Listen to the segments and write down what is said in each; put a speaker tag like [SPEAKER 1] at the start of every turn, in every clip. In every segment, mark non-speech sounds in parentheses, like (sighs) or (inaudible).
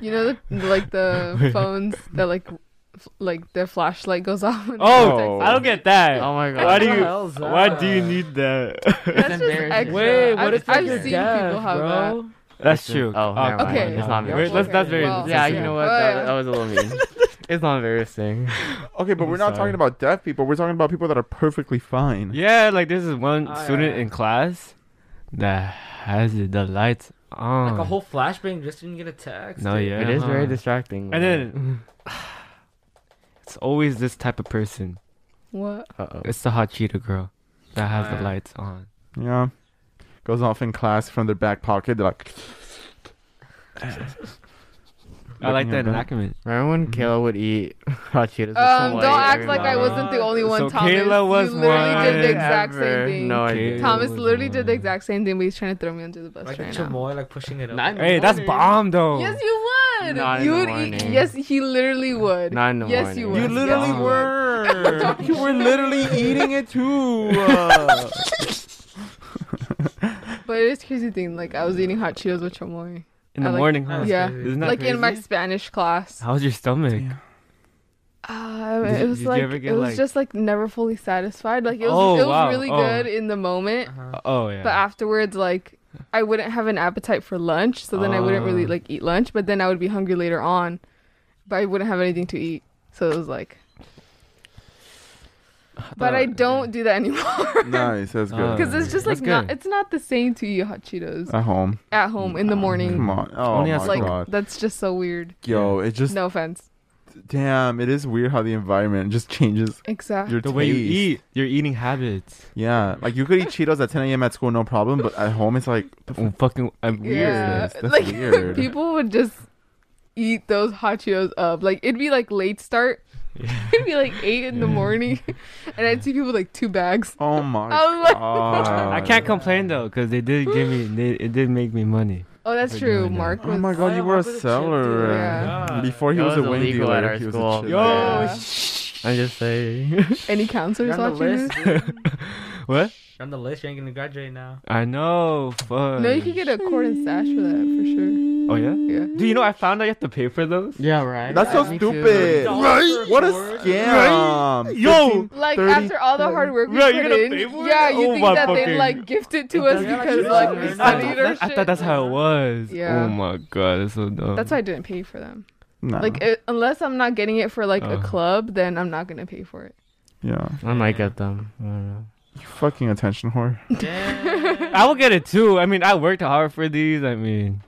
[SPEAKER 1] You know, the, like the phones that like, f- like their flashlight goes (laughs) off. When
[SPEAKER 2] Oh,
[SPEAKER 1] they
[SPEAKER 2] I don't get that.
[SPEAKER 3] Oh my god.
[SPEAKER 2] why do
[SPEAKER 4] What
[SPEAKER 2] you?
[SPEAKER 4] the hell's
[SPEAKER 2] Why do you
[SPEAKER 4] that?
[SPEAKER 2] need that?
[SPEAKER 1] text.
[SPEAKER 4] It's
[SPEAKER 1] That's just
[SPEAKER 4] embarrassing.
[SPEAKER 1] extra.
[SPEAKER 4] Wait,
[SPEAKER 3] what
[SPEAKER 1] I've,
[SPEAKER 3] if, like,
[SPEAKER 1] I've
[SPEAKER 3] you're
[SPEAKER 1] seen
[SPEAKER 4] deaf,
[SPEAKER 1] people have that.
[SPEAKER 4] bro?
[SPEAKER 2] That's
[SPEAKER 3] Listen.
[SPEAKER 2] true.
[SPEAKER 3] Oh, never mind.
[SPEAKER 1] Okay.
[SPEAKER 3] It's not
[SPEAKER 4] Yeah,
[SPEAKER 3] embarrassing.
[SPEAKER 2] Wait, that's, that's very.
[SPEAKER 1] Well,
[SPEAKER 3] yeah, you know what?
[SPEAKER 1] Oh,
[SPEAKER 3] That,
[SPEAKER 1] yeah.
[SPEAKER 3] that was a
[SPEAKER 2] (laughs)
[SPEAKER 3] little mean. it's not embarrassing.
[SPEAKER 5] Okay, but
[SPEAKER 2] I'm
[SPEAKER 5] we're not
[SPEAKER 2] sorry.
[SPEAKER 5] talking about deaf people. We're talking about people that are perfectly fine.
[SPEAKER 2] Yeah, like this is one
[SPEAKER 4] Ah,
[SPEAKER 2] student
[SPEAKER 4] yeah.
[SPEAKER 2] in class that has the lights on.
[SPEAKER 4] Like a whole flashbang just didn't get a text. Uh-huh.
[SPEAKER 2] No,
[SPEAKER 4] dude.
[SPEAKER 2] yeah.
[SPEAKER 3] It is very
[SPEAKER 2] huh.
[SPEAKER 3] distracting.
[SPEAKER 2] And
[SPEAKER 3] (sighs)
[SPEAKER 2] then it's always this type of person.
[SPEAKER 1] What?
[SPEAKER 3] uh oh.
[SPEAKER 2] It's the hot cheetah girl that has the
[SPEAKER 4] Alright.
[SPEAKER 2] lights on.
[SPEAKER 5] Yeah. Goes off in class from their back pocket. They're like,
[SPEAKER 2] I like
[SPEAKER 5] Looking
[SPEAKER 2] that
[SPEAKER 5] at that.
[SPEAKER 2] enactment.
[SPEAKER 3] Remember when Kayla would eat (laughs) hot Cheetos? with
[SPEAKER 1] Um,
[SPEAKER 3] some
[SPEAKER 1] don't
[SPEAKER 3] white
[SPEAKER 1] act
[SPEAKER 3] or
[SPEAKER 1] like I
[SPEAKER 3] not?
[SPEAKER 1] wasn't the only
[SPEAKER 2] So
[SPEAKER 1] one. Thomas,
[SPEAKER 2] Kayla was
[SPEAKER 1] you literally did the
[SPEAKER 2] one
[SPEAKER 1] exact
[SPEAKER 3] Ever.
[SPEAKER 1] same thing.
[SPEAKER 3] No, I didn't.
[SPEAKER 1] Thomas
[SPEAKER 2] Kayla was
[SPEAKER 1] literally did the
[SPEAKER 2] one.
[SPEAKER 1] exact same thing, but he's trying to throw me under the bus
[SPEAKER 4] Like a
[SPEAKER 1] right now.
[SPEAKER 4] chamoy, like pushing it up.
[SPEAKER 3] Nine-
[SPEAKER 2] Hey, that's bomb though.
[SPEAKER 1] Yes, you would.
[SPEAKER 3] Not in
[SPEAKER 1] you
[SPEAKER 3] the
[SPEAKER 1] would. Eat,
[SPEAKER 3] morning.
[SPEAKER 1] yes, he literally would.
[SPEAKER 3] Not in the
[SPEAKER 1] yes, you would.
[SPEAKER 3] morning.
[SPEAKER 5] You
[SPEAKER 1] Yes,
[SPEAKER 5] literally
[SPEAKER 1] you would.
[SPEAKER 5] (laughs) were. you were literally eating it too. Uh,
[SPEAKER 1] But it is crazy thing. Like I was eating hot Cheetos with chamoy.
[SPEAKER 2] in the
[SPEAKER 1] I like-
[SPEAKER 2] morning, huh?
[SPEAKER 4] That's
[SPEAKER 1] Yeah.
[SPEAKER 4] crazy.
[SPEAKER 2] Isn't that
[SPEAKER 1] like in my
[SPEAKER 2] crazy?
[SPEAKER 1] Spanish class.
[SPEAKER 2] How's your (laughs) stomach?
[SPEAKER 5] Damn.
[SPEAKER 1] Uh,
[SPEAKER 2] Did you-
[SPEAKER 1] it was
[SPEAKER 2] did you
[SPEAKER 1] like
[SPEAKER 2] ever get,
[SPEAKER 1] it was
[SPEAKER 2] like-
[SPEAKER 1] just like never fully satisfied. Like it was,
[SPEAKER 2] Oh,
[SPEAKER 1] it was
[SPEAKER 2] wow.
[SPEAKER 1] really
[SPEAKER 2] Oh.
[SPEAKER 1] good in the moment,
[SPEAKER 4] Uh-huh.
[SPEAKER 2] Oh yeah.
[SPEAKER 1] but afterwards, like I wouldn't have an appetite for lunch, so then I wouldn't really
[SPEAKER 2] Ah.
[SPEAKER 1] like eat lunch. But then I would be hungry later on, but I wouldn't have anything to eat. So it was like. But I
[SPEAKER 2] thought-
[SPEAKER 1] don't do that anymore.
[SPEAKER 5] nice. That's good.
[SPEAKER 2] Uh,
[SPEAKER 1] Because it's just like
[SPEAKER 2] That's
[SPEAKER 1] not,
[SPEAKER 2] good. Uh,
[SPEAKER 1] it's not the same to eat hot Cheetos
[SPEAKER 5] At home.
[SPEAKER 1] at home in the morning.
[SPEAKER 5] Come on. Oh
[SPEAKER 2] Only
[SPEAKER 5] my
[SPEAKER 2] has
[SPEAKER 1] like
[SPEAKER 5] god.
[SPEAKER 1] that's just so weird.
[SPEAKER 5] Yo, it just
[SPEAKER 1] No offense.
[SPEAKER 5] damn. It is weird how the environment just changes
[SPEAKER 1] Exactly.
[SPEAKER 5] your
[SPEAKER 2] the way you
[SPEAKER 5] taste.
[SPEAKER 2] eat, your eating habits.
[SPEAKER 5] Yeah, like you could eat Cheetos at 10 a.m. at school, no problem. But at home, it's like
[SPEAKER 2] Oh, fucking I'm
[SPEAKER 1] Yeah,
[SPEAKER 2] weird.
[SPEAKER 5] That's- that's
[SPEAKER 1] like (laughs)
[SPEAKER 5] weird.
[SPEAKER 1] people would just eat those hot Cheetos up. Like it'd be like late start. (laughs) it'd be like eight in the morning, (laughs) and I'd see people with, like two bags.
[SPEAKER 5] Oh my
[SPEAKER 1] I was like-
[SPEAKER 5] god!
[SPEAKER 2] I can't complain though, cause they did give me, they, it did make me money.
[SPEAKER 1] Oh, that's
[SPEAKER 2] We're
[SPEAKER 1] true.
[SPEAKER 2] doing that.
[SPEAKER 1] Mark
[SPEAKER 5] Oh
[SPEAKER 1] was.
[SPEAKER 5] my god, you were a seller.
[SPEAKER 1] Yeah.
[SPEAKER 4] God.
[SPEAKER 5] Before he
[SPEAKER 3] That
[SPEAKER 5] was,
[SPEAKER 3] was
[SPEAKER 5] a wing
[SPEAKER 3] illegal
[SPEAKER 5] dealer,
[SPEAKER 3] at our
[SPEAKER 5] he
[SPEAKER 3] school.
[SPEAKER 5] was a
[SPEAKER 2] Yo,
[SPEAKER 1] Yeah.
[SPEAKER 2] shh. I'm just saying. (laughs)
[SPEAKER 1] Any counselors
[SPEAKER 4] You're on the
[SPEAKER 1] watching this?
[SPEAKER 4] list. dude.
[SPEAKER 2] what?
[SPEAKER 4] You're on the list. You ain't gonna graduate now.
[SPEAKER 2] I know. Fuck.
[SPEAKER 1] No, you could get Mm-hmm. a cord and stash for that for sure.
[SPEAKER 2] Oh yeah.
[SPEAKER 1] Yeah.
[SPEAKER 2] Do you know I found out you have to pay for those?
[SPEAKER 3] Yeah, right.
[SPEAKER 5] That's so
[SPEAKER 3] Me too.
[SPEAKER 5] stupid.
[SPEAKER 4] Dollar
[SPEAKER 5] Right?
[SPEAKER 4] for
[SPEAKER 5] What a
[SPEAKER 4] cord?
[SPEAKER 5] scam.
[SPEAKER 2] Yo.
[SPEAKER 1] Like
[SPEAKER 5] 30,
[SPEAKER 1] after all the hard work we
[SPEAKER 2] Yeah,
[SPEAKER 1] put
[SPEAKER 2] you're gonna
[SPEAKER 1] in,
[SPEAKER 2] pay for it?
[SPEAKER 1] yeah, you
[SPEAKER 2] Oh
[SPEAKER 1] think
[SPEAKER 2] my
[SPEAKER 1] that they
[SPEAKER 2] fucking-
[SPEAKER 1] like gift it to us
[SPEAKER 4] Yeah, like,
[SPEAKER 1] because
[SPEAKER 4] you
[SPEAKER 1] like
[SPEAKER 4] deserve
[SPEAKER 1] we
[SPEAKER 4] it.
[SPEAKER 2] I
[SPEAKER 1] studied
[SPEAKER 2] thought,
[SPEAKER 1] or
[SPEAKER 2] that, I
[SPEAKER 1] shit.
[SPEAKER 2] thought that's how it was.
[SPEAKER 1] Yeah.
[SPEAKER 2] Oh my god, that's so dumb.
[SPEAKER 1] That's why I didn't pay for them.
[SPEAKER 5] No.
[SPEAKER 1] Like it, unless I'm not getting it for like a
[SPEAKER 2] Uh.
[SPEAKER 1] club, then I'm not gonna pay for it.
[SPEAKER 5] yeah,
[SPEAKER 3] I might get them. I don't know.
[SPEAKER 5] you fucking attention whore.
[SPEAKER 2] (laughs)
[SPEAKER 4] Damn.
[SPEAKER 2] I will get it too. I mean, I worked hard for these. I mean,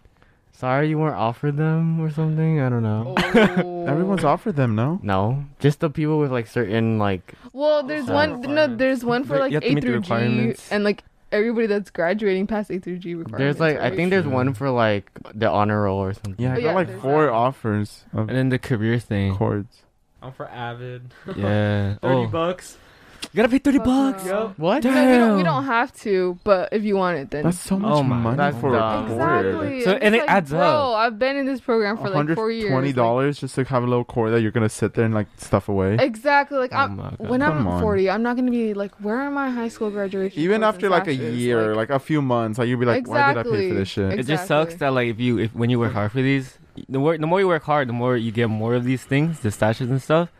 [SPEAKER 3] Sorry you weren't offered them or something. I don't
[SPEAKER 2] Oh.
[SPEAKER 1] Oh.
[SPEAKER 3] know.
[SPEAKER 5] (laughs) Everyone's offered them, no?
[SPEAKER 3] No, just the people with like certain like.
[SPEAKER 1] Well, there's
[SPEAKER 4] Some
[SPEAKER 1] one. No,
[SPEAKER 4] requirements.
[SPEAKER 1] there's one for
[SPEAKER 2] But
[SPEAKER 1] like
[SPEAKER 2] you have to
[SPEAKER 1] A
[SPEAKER 2] meet the
[SPEAKER 1] through G,
[SPEAKER 2] requirements.
[SPEAKER 1] and like everybody that's graduating past A through G requirements.
[SPEAKER 3] There's like I
[SPEAKER 1] right?
[SPEAKER 3] think there's one for like the honor roll or something.
[SPEAKER 5] Yeah, I
[SPEAKER 1] Oh,
[SPEAKER 5] got
[SPEAKER 1] yeah,
[SPEAKER 5] like
[SPEAKER 1] there's
[SPEAKER 5] four
[SPEAKER 1] that.
[SPEAKER 5] offers of
[SPEAKER 2] and then the career thing.
[SPEAKER 5] chords.
[SPEAKER 4] I'm for Avid.
[SPEAKER 2] Yeah.
[SPEAKER 4] Thirty
[SPEAKER 2] oh,
[SPEAKER 4] bucks.
[SPEAKER 2] you gotta pay thirty
[SPEAKER 1] Fuck
[SPEAKER 2] bucks.
[SPEAKER 1] no.
[SPEAKER 4] Yup.
[SPEAKER 3] What?
[SPEAKER 1] No, we don't, we don't have to, but if you want it, then
[SPEAKER 5] That's so much
[SPEAKER 2] Oh my-
[SPEAKER 5] money
[SPEAKER 3] that's
[SPEAKER 5] for
[SPEAKER 3] dumb.
[SPEAKER 5] a chord.
[SPEAKER 1] exactly.
[SPEAKER 2] So-
[SPEAKER 1] I'm just
[SPEAKER 2] and it
[SPEAKER 1] like,
[SPEAKER 2] adds
[SPEAKER 1] bro,
[SPEAKER 2] up.
[SPEAKER 1] I've been in this program for like four years.
[SPEAKER 5] Twenty
[SPEAKER 1] like-
[SPEAKER 5] dollars just to have a little cord that you're gonna sit there and like stuff away.
[SPEAKER 1] exactly. Like
[SPEAKER 2] Oh
[SPEAKER 1] I'm,
[SPEAKER 2] my God.
[SPEAKER 1] when I'm
[SPEAKER 5] Come on.
[SPEAKER 1] 40, I'm not gonna be like, where are my high school graduation?
[SPEAKER 5] Even
[SPEAKER 1] clothes
[SPEAKER 5] after
[SPEAKER 1] and
[SPEAKER 5] like a
[SPEAKER 1] sashes?
[SPEAKER 5] year, like, a few months, like you'd be like, why did I pay for
[SPEAKER 1] Exactly.
[SPEAKER 5] this shit?
[SPEAKER 1] Ex-
[SPEAKER 2] It just sucks
[SPEAKER 1] Exactly.
[SPEAKER 2] that like if you if when you work hard for these, the work the more you work hard, the more you get more of these things, the stashes and stuff.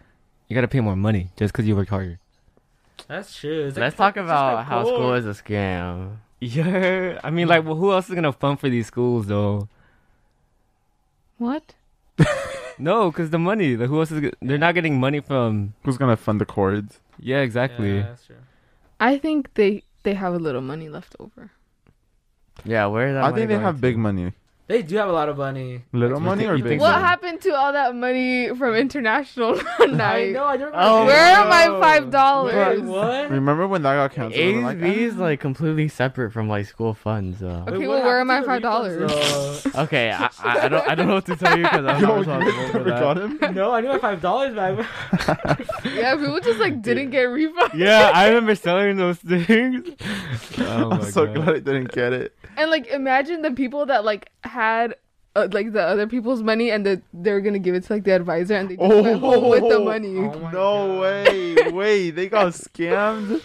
[SPEAKER 2] You gotta pay more money just because you work harder.
[SPEAKER 4] That's true. It's like,
[SPEAKER 3] Let's talk
[SPEAKER 4] it's just
[SPEAKER 3] about
[SPEAKER 4] like
[SPEAKER 3] how school
[SPEAKER 4] cord.
[SPEAKER 3] is a scam.
[SPEAKER 2] Yeah, I mean like, well, who else is gonna fund for these schools though?
[SPEAKER 1] what?
[SPEAKER 2] No, because the money. Like, who else is? g- They're not getting money from.
[SPEAKER 5] Who's gonna fund the chords?
[SPEAKER 2] Yeah, exactly.
[SPEAKER 4] Yeah, that's true.
[SPEAKER 1] I think they they have a little money left over.
[SPEAKER 3] Yeah, where is that?
[SPEAKER 5] I
[SPEAKER 3] money
[SPEAKER 5] think they
[SPEAKER 3] going
[SPEAKER 5] have
[SPEAKER 3] to?
[SPEAKER 5] big money.
[SPEAKER 4] They do have a lot of money.
[SPEAKER 5] Little
[SPEAKER 3] You
[SPEAKER 5] money
[SPEAKER 3] thi-
[SPEAKER 5] or
[SPEAKER 3] you
[SPEAKER 5] big?
[SPEAKER 3] think
[SPEAKER 1] What
[SPEAKER 3] so?
[SPEAKER 5] money?
[SPEAKER 1] happened to all that money from international (laughs)
[SPEAKER 4] I
[SPEAKER 1] night?
[SPEAKER 4] know. I remember.
[SPEAKER 3] Oh,
[SPEAKER 1] Where are
[SPEAKER 3] no.
[SPEAKER 1] my five
[SPEAKER 4] Wait,
[SPEAKER 1] dollars?
[SPEAKER 4] what?
[SPEAKER 5] Remember when that got canceled? We're like,
[SPEAKER 3] ASB is like completely separate from like school
[SPEAKER 2] (laughs)
[SPEAKER 3] funds. So.
[SPEAKER 1] Okay,
[SPEAKER 4] Wait,
[SPEAKER 1] well,
[SPEAKER 4] what
[SPEAKER 1] where are my
[SPEAKER 4] happened
[SPEAKER 1] $5?
[SPEAKER 4] to the refunds,
[SPEAKER 3] okay, I, I, I don't I don't know what to tell you because I'm
[SPEAKER 5] (laughs) Yo,
[SPEAKER 2] (laughs)
[SPEAKER 3] not
[SPEAKER 5] you
[SPEAKER 3] responsible for
[SPEAKER 5] never
[SPEAKER 3] that.
[SPEAKER 5] got him? (laughs)
[SPEAKER 4] though? no, I need my five dollars back.
[SPEAKER 1] Yeah, people just like didn't get refunded.
[SPEAKER 2] yeah, I remember selling those things. (laughs) Oh my
[SPEAKER 5] I'm so
[SPEAKER 2] God.
[SPEAKER 5] glad I didn't
[SPEAKER 2] (laughs)
[SPEAKER 5] get it.
[SPEAKER 1] (laughs) And like imagine the people that like had uh, like the other people's money and that they're gonna give it to like the advisor and they just went home with the money.
[SPEAKER 4] Oh my
[SPEAKER 5] no
[SPEAKER 4] God.
[SPEAKER 5] way! Wait, they got scammed.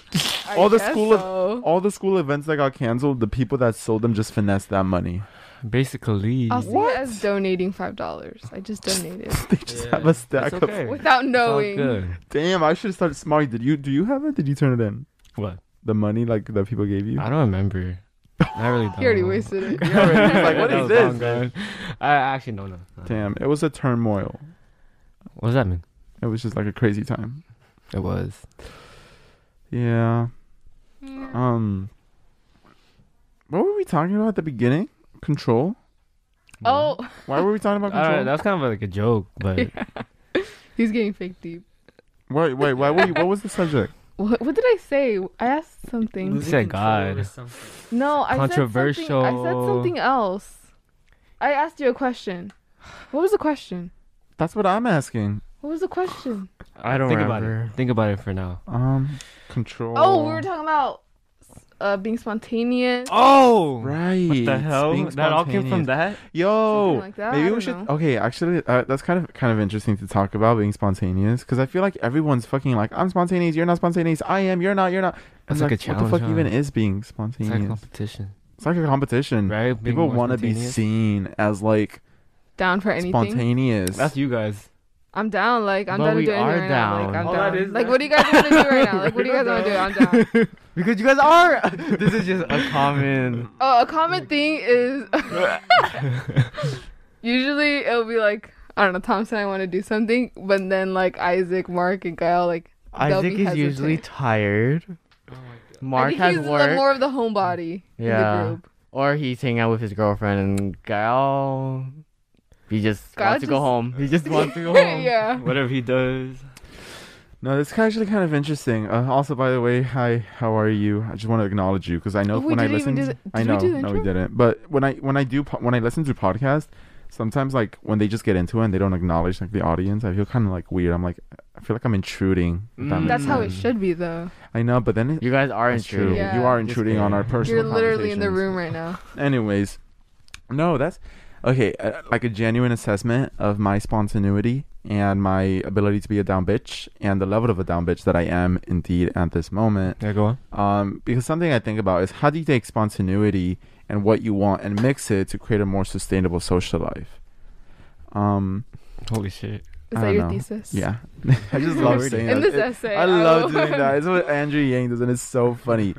[SPEAKER 1] I
[SPEAKER 5] all the
[SPEAKER 1] guess
[SPEAKER 5] school of- Oh,
[SPEAKER 1] so.
[SPEAKER 5] All the school events that got canceled, the people that sold them just finessed that money. (laughs)
[SPEAKER 2] Basically,
[SPEAKER 1] I'll see
[SPEAKER 5] What?
[SPEAKER 1] it as donating five dollars. I just donated
[SPEAKER 5] they just
[SPEAKER 4] Yeah.
[SPEAKER 5] have a stack
[SPEAKER 2] that's okay.
[SPEAKER 5] of.
[SPEAKER 2] It's
[SPEAKER 1] without
[SPEAKER 2] all
[SPEAKER 1] knowing.
[SPEAKER 2] good.
[SPEAKER 5] Damn, I should have started. Smarty, did you do you have it? Did you turn it in?
[SPEAKER 2] What?
[SPEAKER 5] The money like that people gave you.
[SPEAKER 2] I don't remember. I really don't.
[SPEAKER 1] He already
[SPEAKER 2] know.
[SPEAKER 1] wasted it. (laughs)
[SPEAKER 5] Yeah,
[SPEAKER 2] (laughs)
[SPEAKER 5] right. He's like, what
[SPEAKER 2] That
[SPEAKER 5] is
[SPEAKER 2] was
[SPEAKER 5] this,
[SPEAKER 2] long
[SPEAKER 5] man?
[SPEAKER 2] gone. I actually don't know.
[SPEAKER 5] (laughs) Damn, it was a turmoil.
[SPEAKER 2] What does that mean?
[SPEAKER 5] It was just like a crazy time.
[SPEAKER 2] It was.
[SPEAKER 5] Yeah.
[SPEAKER 1] Yeah.
[SPEAKER 5] Um. What were we talking about at the beginning? Control.
[SPEAKER 1] Oh,
[SPEAKER 5] Why were we talking
[SPEAKER 2] (laughs)
[SPEAKER 5] about
[SPEAKER 2] All right,
[SPEAKER 5] control?
[SPEAKER 2] that was kind of like a joke,
[SPEAKER 1] (laughs)
[SPEAKER 2] but
[SPEAKER 1] he's getting fake deep.
[SPEAKER 5] wait, wait, why were you, what was the subject?
[SPEAKER 1] What, what did I say? I asked something.
[SPEAKER 4] Losing
[SPEAKER 2] said
[SPEAKER 4] control
[SPEAKER 2] God.
[SPEAKER 4] over something.
[SPEAKER 1] No, I Said something, I said
[SPEAKER 2] Controversial.
[SPEAKER 1] something else. I asked you a question. What was the question?
[SPEAKER 5] That's what I'm asking.
[SPEAKER 1] What was the question?
[SPEAKER 3] I don't
[SPEAKER 2] think about
[SPEAKER 3] remember.
[SPEAKER 2] it. Think about it for now.
[SPEAKER 5] Um, control.
[SPEAKER 1] Oh, we were talking about uh, being spontaneous.
[SPEAKER 2] Oh,
[SPEAKER 5] Right.
[SPEAKER 2] What the hell?
[SPEAKER 5] Being
[SPEAKER 2] That all came from
[SPEAKER 5] spontaneous.
[SPEAKER 2] that.
[SPEAKER 5] Yo,
[SPEAKER 1] Something like that, I
[SPEAKER 5] maybe we
[SPEAKER 1] don't
[SPEAKER 5] should.
[SPEAKER 1] know.
[SPEAKER 5] Okay, actually, uh, that's kind of kind of interesting to talk about being spontaneous because I feel like everyone's fucking like I'm spontaneous, you're not spontaneous, I am, you're not, you're not.
[SPEAKER 2] That's
[SPEAKER 5] And,
[SPEAKER 2] like a
[SPEAKER 5] What the fuck
[SPEAKER 2] challenge,
[SPEAKER 5] even
[SPEAKER 2] huh?
[SPEAKER 5] is being
[SPEAKER 2] It's
[SPEAKER 5] spontaneous?
[SPEAKER 2] like competition,
[SPEAKER 5] competition.
[SPEAKER 2] right? Being
[SPEAKER 5] People
[SPEAKER 2] more
[SPEAKER 5] want to be
[SPEAKER 2] spontaneous.
[SPEAKER 5] seen as like
[SPEAKER 1] Down for anything.
[SPEAKER 5] spontaneous.
[SPEAKER 2] That's you guys.
[SPEAKER 1] I'm down. Like I'm
[SPEAKER 3] But
[SPEAKER 1] down to
[SPEAKER 3] we
[SPEAKER 1] do anything
[SPEAKER 3] are
[SPEAKER 1] right now. Like,
[SPEAKER 3] down.
[SPEAKER 1] I'm
[SPEAKER 4] All
[SPEAKER 1] down.
[SPEAKER 4] that is
[SPEAKER 1] like
[SPEAKER 4] that-
[SPEAKER 1] what do you guys want to do right now? Like what do you guys want to do? I'm
[SPEAKER 3] (laughs)
[SPEAKER 1] down.
[SPEAKER 2] (laughs) Because you guys (laughs) are.
[SPEAKER 3] this is just a common.
[SPEAKER 1] Oh, a common thing
[SPEAKER 3] (laughs)
[SPEAKER 1] is usually it'll be like I don't know. Thompson, I want to do something, but then like Isaac, Mark, and Kyle, like they'll
[SPEAKER 3] Isaac
[SPEAKER 1] be
[SPEAKER 3] is usually
[SPEAKER 1] hesitant.
[SPEAKER 3] tired.
[SPEAKER 4] Oh my
[SPEAKER 1] I
[SPEAKER 3] Mark
[SPEAKER 1] think
[SPEAKER 3] has
[SPEAKER 1] he's the-
[SPEAKER 3] work,
[SPEAKER 1] more of the homebody in
[SPEAKER 3] Yeah.
[SPEAKER 1] the group.
[SPEAKER 3] or he's hanging out with his girlfriend, and Kyle, he just
[SPEAKER 1] Kyle
[SPEAKER 3] wants to go
[SPEAKER 1] just-
[SPEAKER 3] home.
[SPEAKER 1] (laughs)
[SPEAKER 3] He just wants to go home.
[SPEAKER 1] yeah.
[SPEAKER 2] Whatever he does.
[SPEAKER 5] No, that's actually kind of interesting. Uh, also, by the way, hi, how are you? I just want to acknowledge you because I know
[SPEAKER 1] Oh, we
[SPEAKER 5] when I
[SPEAKER 1] didn't even
[SPEAKER 5] listen,
[SPEAKER 1] do the-
[SPEAKER 5] I
[SPEAKER 1] did we
[SPEAKER 5] know,
[SPEAKER 1] do the
[SPEAKER 5] no, we
[SPEAKER 1] intro?
[SPEAKER 5] didn't. But when I when I do po- when I listen to podcasts, sometimes like when they just get into it and they don't acknowledge like the audience, I feel kind of like weird. I'm like, I feel like I'm intruding. if that
[SPEAKER 3] Mm.
[SPEAKER 5] makes
[SPEAKER 1] That's how it
[SPEAKER 5] sense.
[SPEAKER 1] should be, though.
[SPEAKER 5] I know, but then it,
[SPEAKER 3] You guys are
[SPEAKER 5] that's true.
[SPEAKER 3] intruded.
[SPEAKER 1] Yeah.
[SPEAKER 5] You are
[SPEAKER 3] Just
[SPEAKER 5] intruding on our
[SPEAKER 3] kidding.
[SPEAKER 5] personal.
[SPEAKER 1] You're literally in the room
[SPEAKER 5] conversations.
[SPEAKER 1] right now.
[SPEAKER 5] Anyways, no, that's okay. Uh, like a genuine assessment of my spontaneity and my ability to be a down bitch and the level of a down bitch that I am indeed at this moment.
[SPEAKER 2] Yeah, go on.
[SPEAKER 5] Um, because something I think about is how do you take spontaneity and what you want and mix it to create a more sustainable social life. Um,
[SPEAKER 2] Holy shit.
[SPEAKER 1] Is
[SPEAKER 5] I
[SPEAKER 1] that
[SPEAKER 5] don't
[SPEAKER 1] your
[SPEAKER 5] know.
[SPEAKER 1] thesis?
[SPEAKER 5] yeah, (laughs) I just love saying
[SPEAKER 1] In
[SPEAKER 5] that.
[SPEAKER 1] this
[SPEAKER 5] It-
[SPEAKER 1] essay,
[SPEAKER 5] I love
[SPEAKER 1] will-
[SPEAKER 5] doing that. It's what Andrew Yang does, and it's so funny.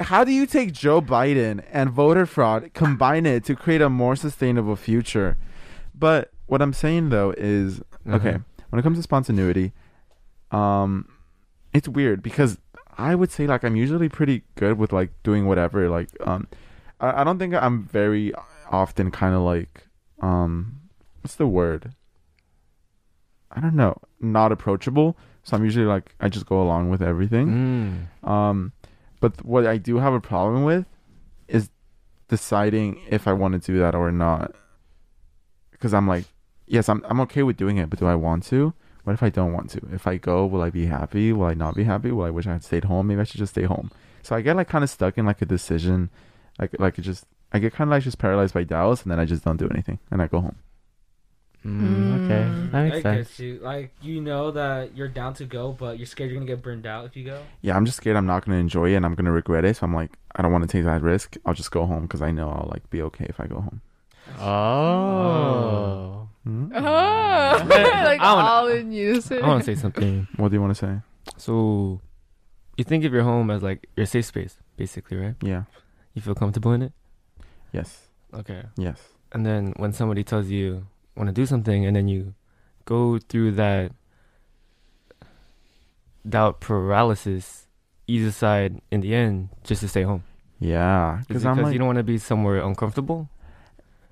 [SPEAKER 5] How do you take Joe Biden and voter fraud, combine it to create a more sustainable future? But what I'm saying though is, okay, when it comes to spontaneity, um, it's weird because I would say like I'm usually pretty good with like doing whatever. Like, um, I, I don't think I'm very often kind of like, um, what's the word? I don't know, not approachable. So I'm usually like I just go along with everything.
[SPEAKER 2] Mm.
[SPEAKER 5] Um, but th- what I do have a problem with is deciding if I want to do that or not. Because I'm like, yes, I'm I'm okay with doing it, but do I want to? What if I don't want to? If I go, will I be happy? Will I not be happy? Will I wish I had stayed home? Maybe I should just stay home. So I get like kind of stuck in like a decision, like like it just I get kind of like just paralyzed by doubts, and then I just don't do anything, and I go home.
[SPEAKER 3] Mm, okay,
[SPEAKER 1] Mm.
[SPEAKER 3] that
[SPEAKER 4] I
[SPEAKER 3] makes sense.
[SPEAKER 4] get you. Like you know that you're down to go, but you're scared you're gonna get burned out if you go.
[SPEAKER 5] Yeah, I'm just scared I'm not gonna enjoy it, and I'm gonna regret it. So I'm like, I don't want to take that risk. I'll just go home because I know I'll like be okay if I go home.
[SPEAKER 3] Oh.
[SPEAKER 1] Oh,
[SPEAKER 2] I
[SPEAKER 1] (laughs) like
[SPEAKER 2] wanna-
[SPEAKER 1] all in
[SPEAKER 2] I
[SPEAKER 1] unison.
[SPEAKER 2] want to say something.
[SPEAKER 5] What do you want to say?
[SPEAKER 2] So, you think of your home as like your safe space, basically, right?
[SPEAKER 5] Yeah.
[SPEAKER 2] You feel comfortable in it.
[SPEAKER 5] Yes.
[SPEAKER 2] Okay.
[SPEAKER 5] Yes.
[SPEAKER 2] And then when somebody tells you want to do something, and then you go through that doubt paralysis, ease aside in the end just to stay home.
[SPEAKER 5] Yeah.
[SPEAKER 2] Is it
[SPEAKER 5] Because I'm like,
[SPEAKER 2] you don't want to be somewhere uncomfortable.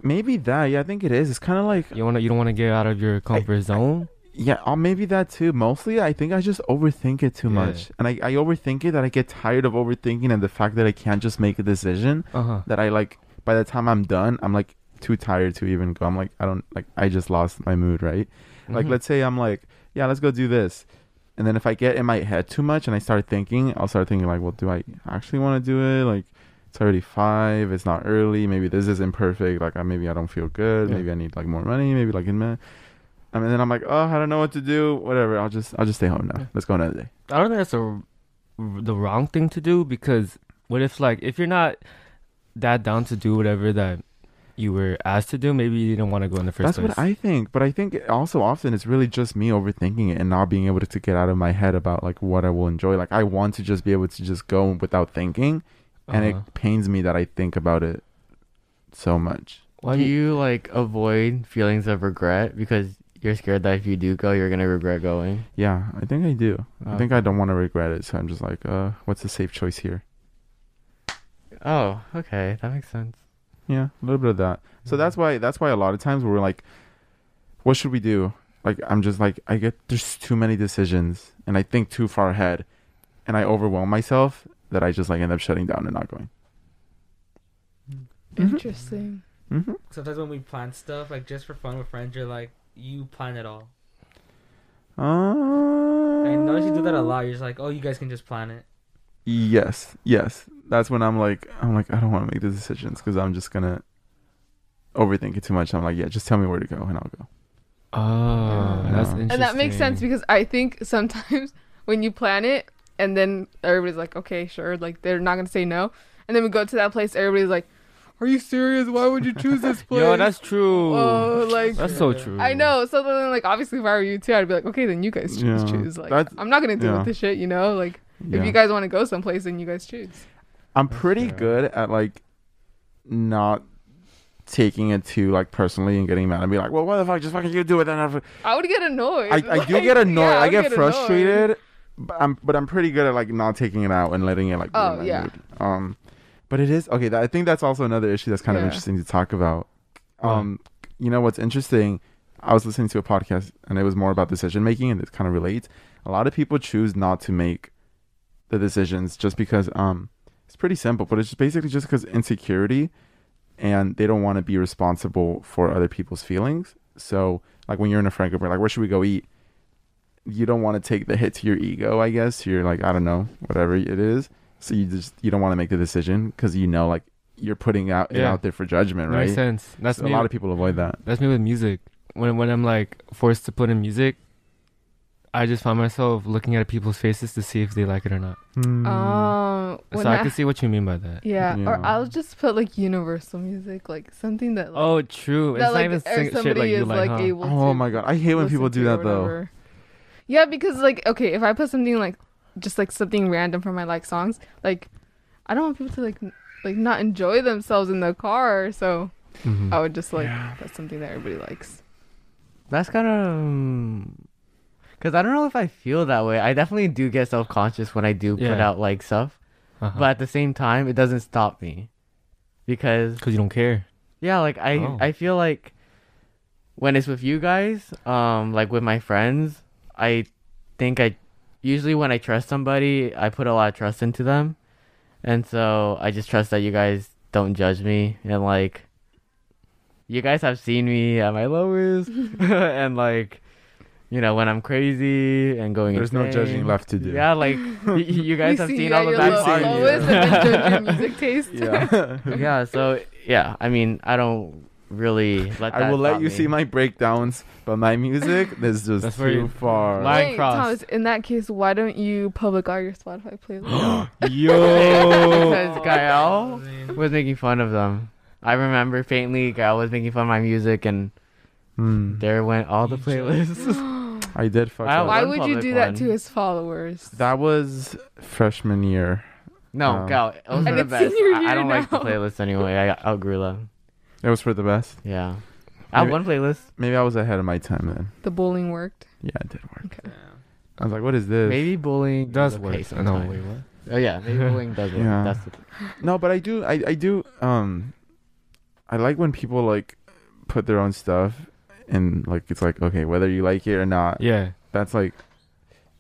[SPEAKER 5] maybe that. Yeah, I think it is. It's kind of like,
[SPEAKER 2] You want to. You don't want to get out of your comfort zone.
[SPEAKER 5] yeah, oh, maybe that too. Mostly, I think I just overthink it too
[SPEAKER 2] Yeah.
[SPEAKER 5] much, and I, I overthink it that I get tired of overthinking and the fact that I can't just make a decision
[SPEAKER 2] Uh huh.
[SPEAKER 5] that I like. By the time I'm done, I'm like too tired to even go. I'm like, I don't like. I just lost my mood, right? Like,
[SPEAKER 2] Mm-hmm.
[SPEAKER 5] let's say I'm like, yeah, let's go do this. And then if I get in my head too much and I start thinking, I'll start thinking, like, well, do I actually want to do it? Like, it's already five. It's not early. Maybe this isn't perfect. Like, I, maybe I don't feel good.
[SPEAKER 2] Yeah.
[SPEAKER 5] Maybe I need like more money. Maybe like in minute. I mean, then I'm like, oh, I don't know what to do. Whatever. I'll just, I'll just stay home now.
[SPEAKER 2] Yeah.
[SPEAKER 5] Let's go another day.
[SPEAKER 2] I don't think that's a, the wrong thing to do because what if like if you're not that down to do whatever that you were asked to do. Maybe you didn't want to go in the first
[SPEAKER 5] That's
[SPEAKER 2] place.
[SPEAKER 5] what I think. But I think it- also often it's really just me overthinking it and not being able to, to get out of my head about like what I will enjoy. Like I want to just be able to just go without thinking, and
[SPEAKER 2] Uh-huh.
[SPEAKER 5] it pains me that I think about it so much.
[SPEAKER 2] Why
[SPEAKER 3] do
[SPEAKER 2] do you?
[SPEAKER 3] you like avoid feelings of regret because you're scared that if you do go, you're gonna regret going?
[SPEAKER 5] Yeah, I think I do. I
[SPEAKER 3] Oh.
[SPEAKER 5] think I don't want to regret it, so I'm just like, uh, what's the safe choice here?
[SPEAKER 3] Oh, okay, that makes sense.
[SPEAKER 5] Yeah, a little bit of that.
[SPEAKER 4] Mm-hmm.
[SPEAKER 5] So that's why that's why a lot of times we're like, what should we do? Like I'm just like I get there's too many decisions and I think too far ahead, and I overwhelm myself that I just like end up shutting down and not going. Mm-hmm.
[SPEAKER 1] Interesting.
[SPEAKER 5] hmm
[SPEAKER 4] Sometimes when we plan stuff, like just for fun with friends, you're like, you plan it all.
[SPEAKER 5] Uh,
[SPEAKER 4] I notice you do that a lot. You're just like, oh, you guys can just plan it.
[SPEAKER 5] Yes, yes. That's when I'm like I'm like I don't want to make the decisions because I'm just gonna overthink it too much. I'm like yeah, just tell me where to go and I'll go.
[SPEAKER 2] Oh, that's
[SPEAKER 5] Yeah.
[SPEAKER 2] interesting.
[SPEAKER 1] And that makes sense because I think sometimes (laughs) when you plan it and then everybody's like, okay, sure, like they're not gonna say no, and then we go to that place, everybody's like, are you serious? Why would you choose
[SPEAKER 5] (laughs)
[SPEAKER 1] this place?
[SPEAKER 2] Yo, that's true.
[SPEAKER 1] Oh, like
[SPEAKER 2] that's so true.
[SPEAKER 1] I know. So then, like, obviously, if I were you too, I'd be like, okay, then you guys choose.
[SPEAKER 5] Yeah.
[SPEAKER 1] choose. Like,
[SPEAKER 5] That's-
[SPEAKER 1] I'm not gonna deal
[SPEAKER 5] yeah.
[SPEAKER 1] with this shit. You know, like,
[SPEAKER 5] Yeah.
[SPEAKER 1] if you guys want to go someplace, then you guys choose.
[SPEAKER 5] I'm
[SPEAKER 2] That's
[SPEAKER 5] pretty
[SPEAKER 2] fair.
[SPEAKER 5] good at like not taking it too like personally and getting mad and be like, well, what the fuck? Just fucking you do it. Then I've-
[SPEAKER 1] I would get annoyed.
[SPEAKER 5] I, I do
[SPEAKER 1] (laughs) Like,
[SPEAKER 5] get annoyed.
[SPEAKER 1] yeah,
[SPEAKER 5] I
[SPEAKER 1] would
[SPEAKER 5] get,
[SPEAKER 1] annoyed.
[SPEAKER 5] frustrated, but I'm but I'm pretty good at like not taking it out and letting it like.
[SPEAKER 1] Oh,
[SPEAKER 5] ruin my
[SPEAKER 1] yeah.
[SPEAKER 5] mood. Um, but it is okay. That, I think that's also another issue that's kind of
[SPEAKER 1] Yeah.
[SPEAKER 5] interesting to talk about. Um, you know what's interesting? I was listening to a podcast and it was more about decision making and it kind of relates. A lot of people choose not to make the decisions just because um it's pretty simple, but it's just basically just because insecurity and they don't want to be responsible for other people's feelings. So like when you're in a friend group, we're like, where should we go eat? You don't want to take the hit to your ego, I guess. You're like, I don't know, whatever it is. So you just you don't want to make the decision because you know like you're putting out it
[SPEAKER 2] Yeah.
[SPEAKER 5] out there for judgment,
[SPEAKER 2] That Makes
[SPEAKER 5] right?
[SPEAKER 2] sense. That's
[SPEAKER 5] a
[SPEAKER 2] me.
[SPEAKER 5] lot of people avoid that.
[SPEAKER 2] that's me with music. When when I'm like forced to put in music, I just find myself looking at people's faces to see if they like it or not.
[SPEAKER 5] Mm.
[SPEAKER 1] Um, when
[SPEAKER 2] so I
[SPEAKER 1] that-
[SPEAKER 2] can see what you mean by that.
[SPEAKER 1] yeah, or
[SPEAKER 5] Yeah.
[SPEAKER 1] I'll just put like universal music, like something that like,
[SPEAKER 2] Oh, true. It's
[SPEAKER 1] that
[SPEAKER 2] not
[SPEAKER 1] like
[SPEAKER 2] even
[SPEAKER 1] or
[SPEAKER 2] sing- shit
[SPEAKER 1] somebody
[SPEAKER 2] like you
[SPEAKER 1] is
[SPEAKER 2] like,
[SPEAKER 1] like
[SPEAKER 2] huh?
[SPEAKER 1] able.
[SPEAKER 5] oh
[SPEAKER 1] to
[SPEAKER 5] my god, I hate when
[SPEAKER 1] listen
[SPEAKER 5] people
[SPEAKER 1] to
[SPEAKER 5] do
[SPEAKER 1] or
[SPEAKER 5] that though.
[SPEAKER 1] whatever. Yeah, because like okay, if I put something like just like something random from my like songs, like I don't want people to like n- like not enjoy themselves in the car, so
[SPEAKER 2] Mm-hmm.
[SPEAKER 1] I would just like put something that everybody likes.
[SPEAKER 3] That's kind of. Cause I don't know if I feel that way. I definitely do get self conscious when I do put
[SPEAKER 2] Yeah.
[SPEAKER 3] out like stuff,
[SPEAKER 2] Uh-huh.
[SPEAKER 3] but at the same time, it doesn't stop me, because
[SPEAKER 2] because you don't care.
[SPEAKER 3] Yeah, like I
[SPEAKER 2] Oh.
[SPEAKER 3] I feel like when it's with you guys, um like with my friends, I think I usually when I trust somebody, I put a lot of trust into them. And so I just trust that you guys don't judge me and like you guys have seen me at
[SPEAKER 1] (laughs)
[SPEAKER 3] my lowest (laughs) and like you know when I'm crazy and going
[SPEAKER 5] There's no
[SPEAKER 3] insane.
[SPEAKER 5] judging left to do.
[SPEAKER 3] Yeah, like y-
[SPEAKER 1] (laughs)
[SPEAKER 3] you
[SPEAKER 1] We
[SPEAKER 3] guys have
[SPEAKER 1] see
[SPEAKER 3] seen
[SPEAKER 1] you
[SPEAKER 3] all
[SPEAKER 1] at
[SPEAKER 3] the
[SPEAKER 1] your
[SPEAKER 3] bad
[SPEAKER 1] low-
[SPEAKER 5] side.
[SPEAKER 3] parts
[SPEAKER 1] lowest and
[SPEAKER 2] (laughs)
[SPEAKER 1] then judge your music taste. (laughs)
[SPEAKER 5] Yeah. (laughs)
[SPEAKER 3] yeah so yeah i mean i don't really let that
[SPEAKER 5] I will let
[SPEAKER 3] stop
[SPEAKER 5] you
[SPEAKER 3] me.
[SPEAKER 5] see my breakdowns, but my music is just
[SPEAKER 2] That's where
[SPEAKER 1] (laughs)
[SPEAKER 2] you-
[SPEAKER 5] too far.
[SPEAKER 2] Line
[SPEAKER 1] Wait,
[SPEAKER 2] crossed.
[SPEAKER 1] Thomas, in that case, why don't you public all your Spotify
[SPEAKER 5] (gasps)
[SPEAKER 1] (laughs) playlist?
[SPEAKER 2] Yo.
[SPEAKER 5] (laughs)
[SPEAKER 3] because Gael
[SPEAKER 4] Man.
[SPEAKER 3] was making fun of them i remember faintly Gael was making fun of my music and
[SPEAKER 5] Hmm.
[SPEAKER 3] there went all the
[SPEAKER 4] You
[SPEAKER 3] playlists (laughs)
[SPEAKER 5] I did fuck
[SPEAKER 3] I
[SPEAKER 5] up.
[SPEAKER 1] why
[SPEAKER 3] one
[SPEAKER 1] would you
[SPEAKER 3] public
[SPEAKER 1] do that
[SPEAKER 3] one.
[SPEAKER 1] to his followers?
[SPEAKER 5] That was freshman year.
[SPEAKER 3] no
[SPEAKER 5] Oh.
[SPEAKER 3] Gael, it
[SPEAKER 1] And
[SPEAKER 3] was for the
[SPEAKER 1] it's
[SPEAKER 3] best
[SPEAKER 1] senior
[SPEAKER 3] i, I
[SPEAKER 1] year
[SPEAKER 3] don't like the
[SPEAKER 1] now.
[SPEAKER 3] playlists anyway i outgrew them
[SPEAKER 5] It was for the best.
[SPEAKER 3] yeah i have
[SPEAKER 5] Maybe-
[SPEAKER 3] one playlist
[SPEAKER 5] Maybe I was ahead of my time then.
[SPEAKER 1] The bowling worked.
[SPEAKER 5] Yeah, it did work.
[SPEAKER 4] Yeah.
[SPEAKER 5] I was like, what is this?
[SPEAKER 3] maybe bullying
[SPEAKER 2] It does
[SPEAKER 3] is okay
[SPEAKER 2] work. No,
[SPEAKER 3] sometimes.
[SPEAKER 2] wait, what?
[SPEAKER 3] oh yeah
[SPEAKER 5] (laughs)
[SPEAKER 3] maybe bullying does work
[SPEAKER 5] Yeah.
[SPEAKER 3] that's the
[SPEAKER 5] No, but I do. I, I do. Um, I like when people like put their own stuff and like it's like okay whether you like it or not.
[SPEAKER 2] Yeah.
[SPEAKER 5] That's like,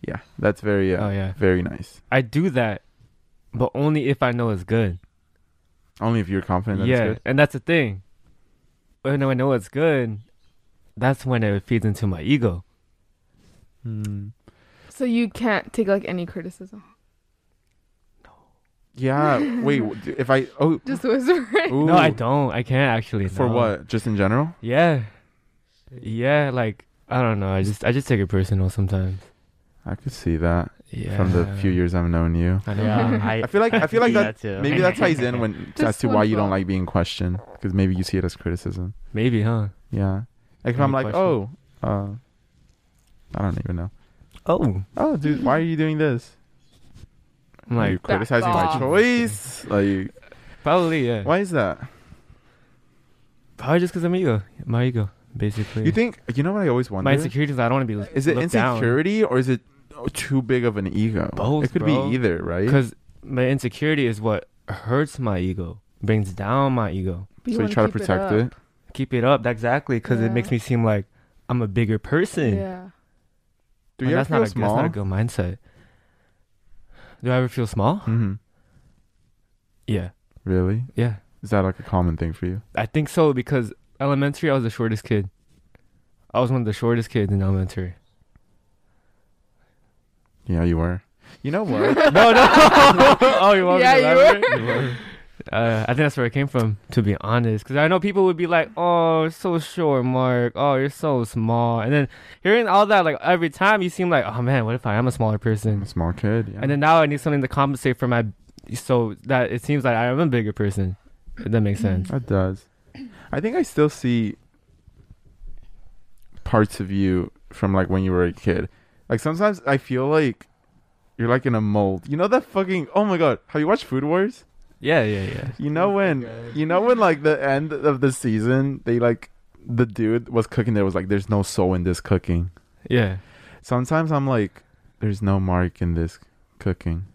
[SPEAKER 5] yeah, that's very uh,
[SPEAKER 2] Oh yeah.
[SPEAKER 5] very nice.
[SPEAKER 2] I do that, but only if I know it's good.
[SPEAKER 5] Only if you're confident. That
[SPEAKER 2] yeah,
[SPEAKER 5] It's good.
[SPEAKER 2] and that's the thing. When I know it's good, that's when it feeds into my ego. Hmm.
[SPEAKER 1] So you can't take like any criticism.
[SPEAKER 5] Yeah. Wait. w- d- If I oh
[SPEAKER 1] Just (laughs) whisper. it.
[SPEAKER 5] ooh,
[SPEAKER 2] (laughs) No, I don't. I can't actually.
[SPEAKER 5] For
[SPEAKER 2] no.
[SPEAKER 5] what? Just in general?
[SPEAKER 2] Yeah, yeah. Like I don't know. I just I just take it personal sometimes.
[SPEAKER 5] I could see that.
[SPEAKER 2] yeah.
[SPEAKER 5] from the few years I've known you.
[SPEAKER 2] I know.
[SPEAKER 3] Yeah,
[SPEAKER 5] (laughs) I
[SPEAKER 3] I,
[SPEAKER 5] feel like I feel like
[SPEAKER 3] do
[SPEAKER 5] that,
[SPEAKER 3] too.
[SPEAKER 5] maybe that ties in when
[SPEAKER 1] Just
[SPEAKER 5] as to why you
[SPEAKER 1] one
[SPEAKER 5] don't
[SPEAKER 1] thought.
[SPEAKER 5] like being questioned because maybe you see it as criticism.
[SPEAKER 2] (laughs) Maybe, huh?
[SPEAKER 5] Yeah, like if
[SPEAKER 2] Any
[SPEAKER 5] I'm like,
[SPEAKER 2] question?
[SPEAKER 5] oh, uh, I don't even know.
[SPEAKER 2] Oh,
[SPEAKER 5] Oh, dude, why are you doing this?
[SPEAKER 2] I'm
[SPEAKER 5] Are
[SPEAKER 2] like
[SPEAKER 5] you criticizing my
[SPEAKER 1] off.
[SPEAKER 5] choice? Like,
[SPEAKER 2] (laughs) probably yeah.
[SPEAKER 5] why is that?
[SPEAKER 2] Probably just because I'm ego, my ego, basically.
[SPEAKER 5] You think you know what I always wonder?
[SPEAKER 2] my insecurities? I don't want to be. Like,
[SPEAKER 5] is it insecurity or is it too big of an ego?
[SPEAKER 2] Both,
[SPEAKER 5] It could
[SPEAKER 2] bro.
[SPEAKER 5] be either, right?
[SPEAKER 2] Because my insecurity is what hurts my ego, brings down my ego.
[SPEAKER 5] so you try to protect it.
[SPEAKER 2] Keep it up, exactly, because
[SPEAKER 1] Yeah.
[SPEAKER 2] it makes me seem like I'm a bigger person.
[SPEAKER 1] Yeah.
[SPEAKER 5] Do
[SPEAKER 2] Like,
[SPEAKER 5] you ever
[SPEAKER 2] that's not
[SPEAKER 5] feel
[SPEAKER 2] a,
[SPEAKER 5] small?
[SPEAKER 2] That's not a good mindset. Do I ever feel small?
[SPEAKER 5] hmm
[SPEAKER 2] Yeah,
[SPEAKER 5] Mm-hmm. Really?
[SPEAKER 2] yeah.
[SPEAKER 5] Is that like a common thing for you?
[SPEAKER 2] I think so because elementary, I was the shortest kid. I was one of the shortest kids in elementary.
[SPEAKER 5] Yeah, you were. You know what?
[SPEAKER 2] (laughs) no, no.
[SPEAKER 1] (laughs)
[SPEAKER 2] (laughs) oh, you want
[SPEAKER 1] Yeah,
[SPEAKER 2] me
[SPEAKER 1] you
[SPEAKER 2] to elaborate? Uh, I think that's where it came from, to be honest. Because I know people would be like, "Oh, you're so short, Mark. Oh, you're so small." And then hearing all that, like every time, you seem like, "Oh man, what if I am a smaller
[SPEAKER 5] I'm a
[SPEAKER 2] person?"
[SPEAKER 5] small kid. Yeah.
[SPEAKER 2] And then now I need something to compensate for my, so that it seems like I am a bigger person. If that
[SPEAKER 1] (laughs)
[SPEAKER 2] makes sense.
[SPEAKER 5] That does. I think I still see parts of you from like when you were a kid. Like sometimes I feel like you're like in a mold. You know that fucking oh my god, have you watched Food Wars?
[SPEAKER 2] Yeah, yeah, yeah.
[SPEAKER 5] You know when you know when like the end of the season they like the dude was cooking there was like there's no soul in this cooking.
[SPEAKER 2] Yeah.
[SPEAKER 5] Sometimes I'm like there's no mark in this cooking.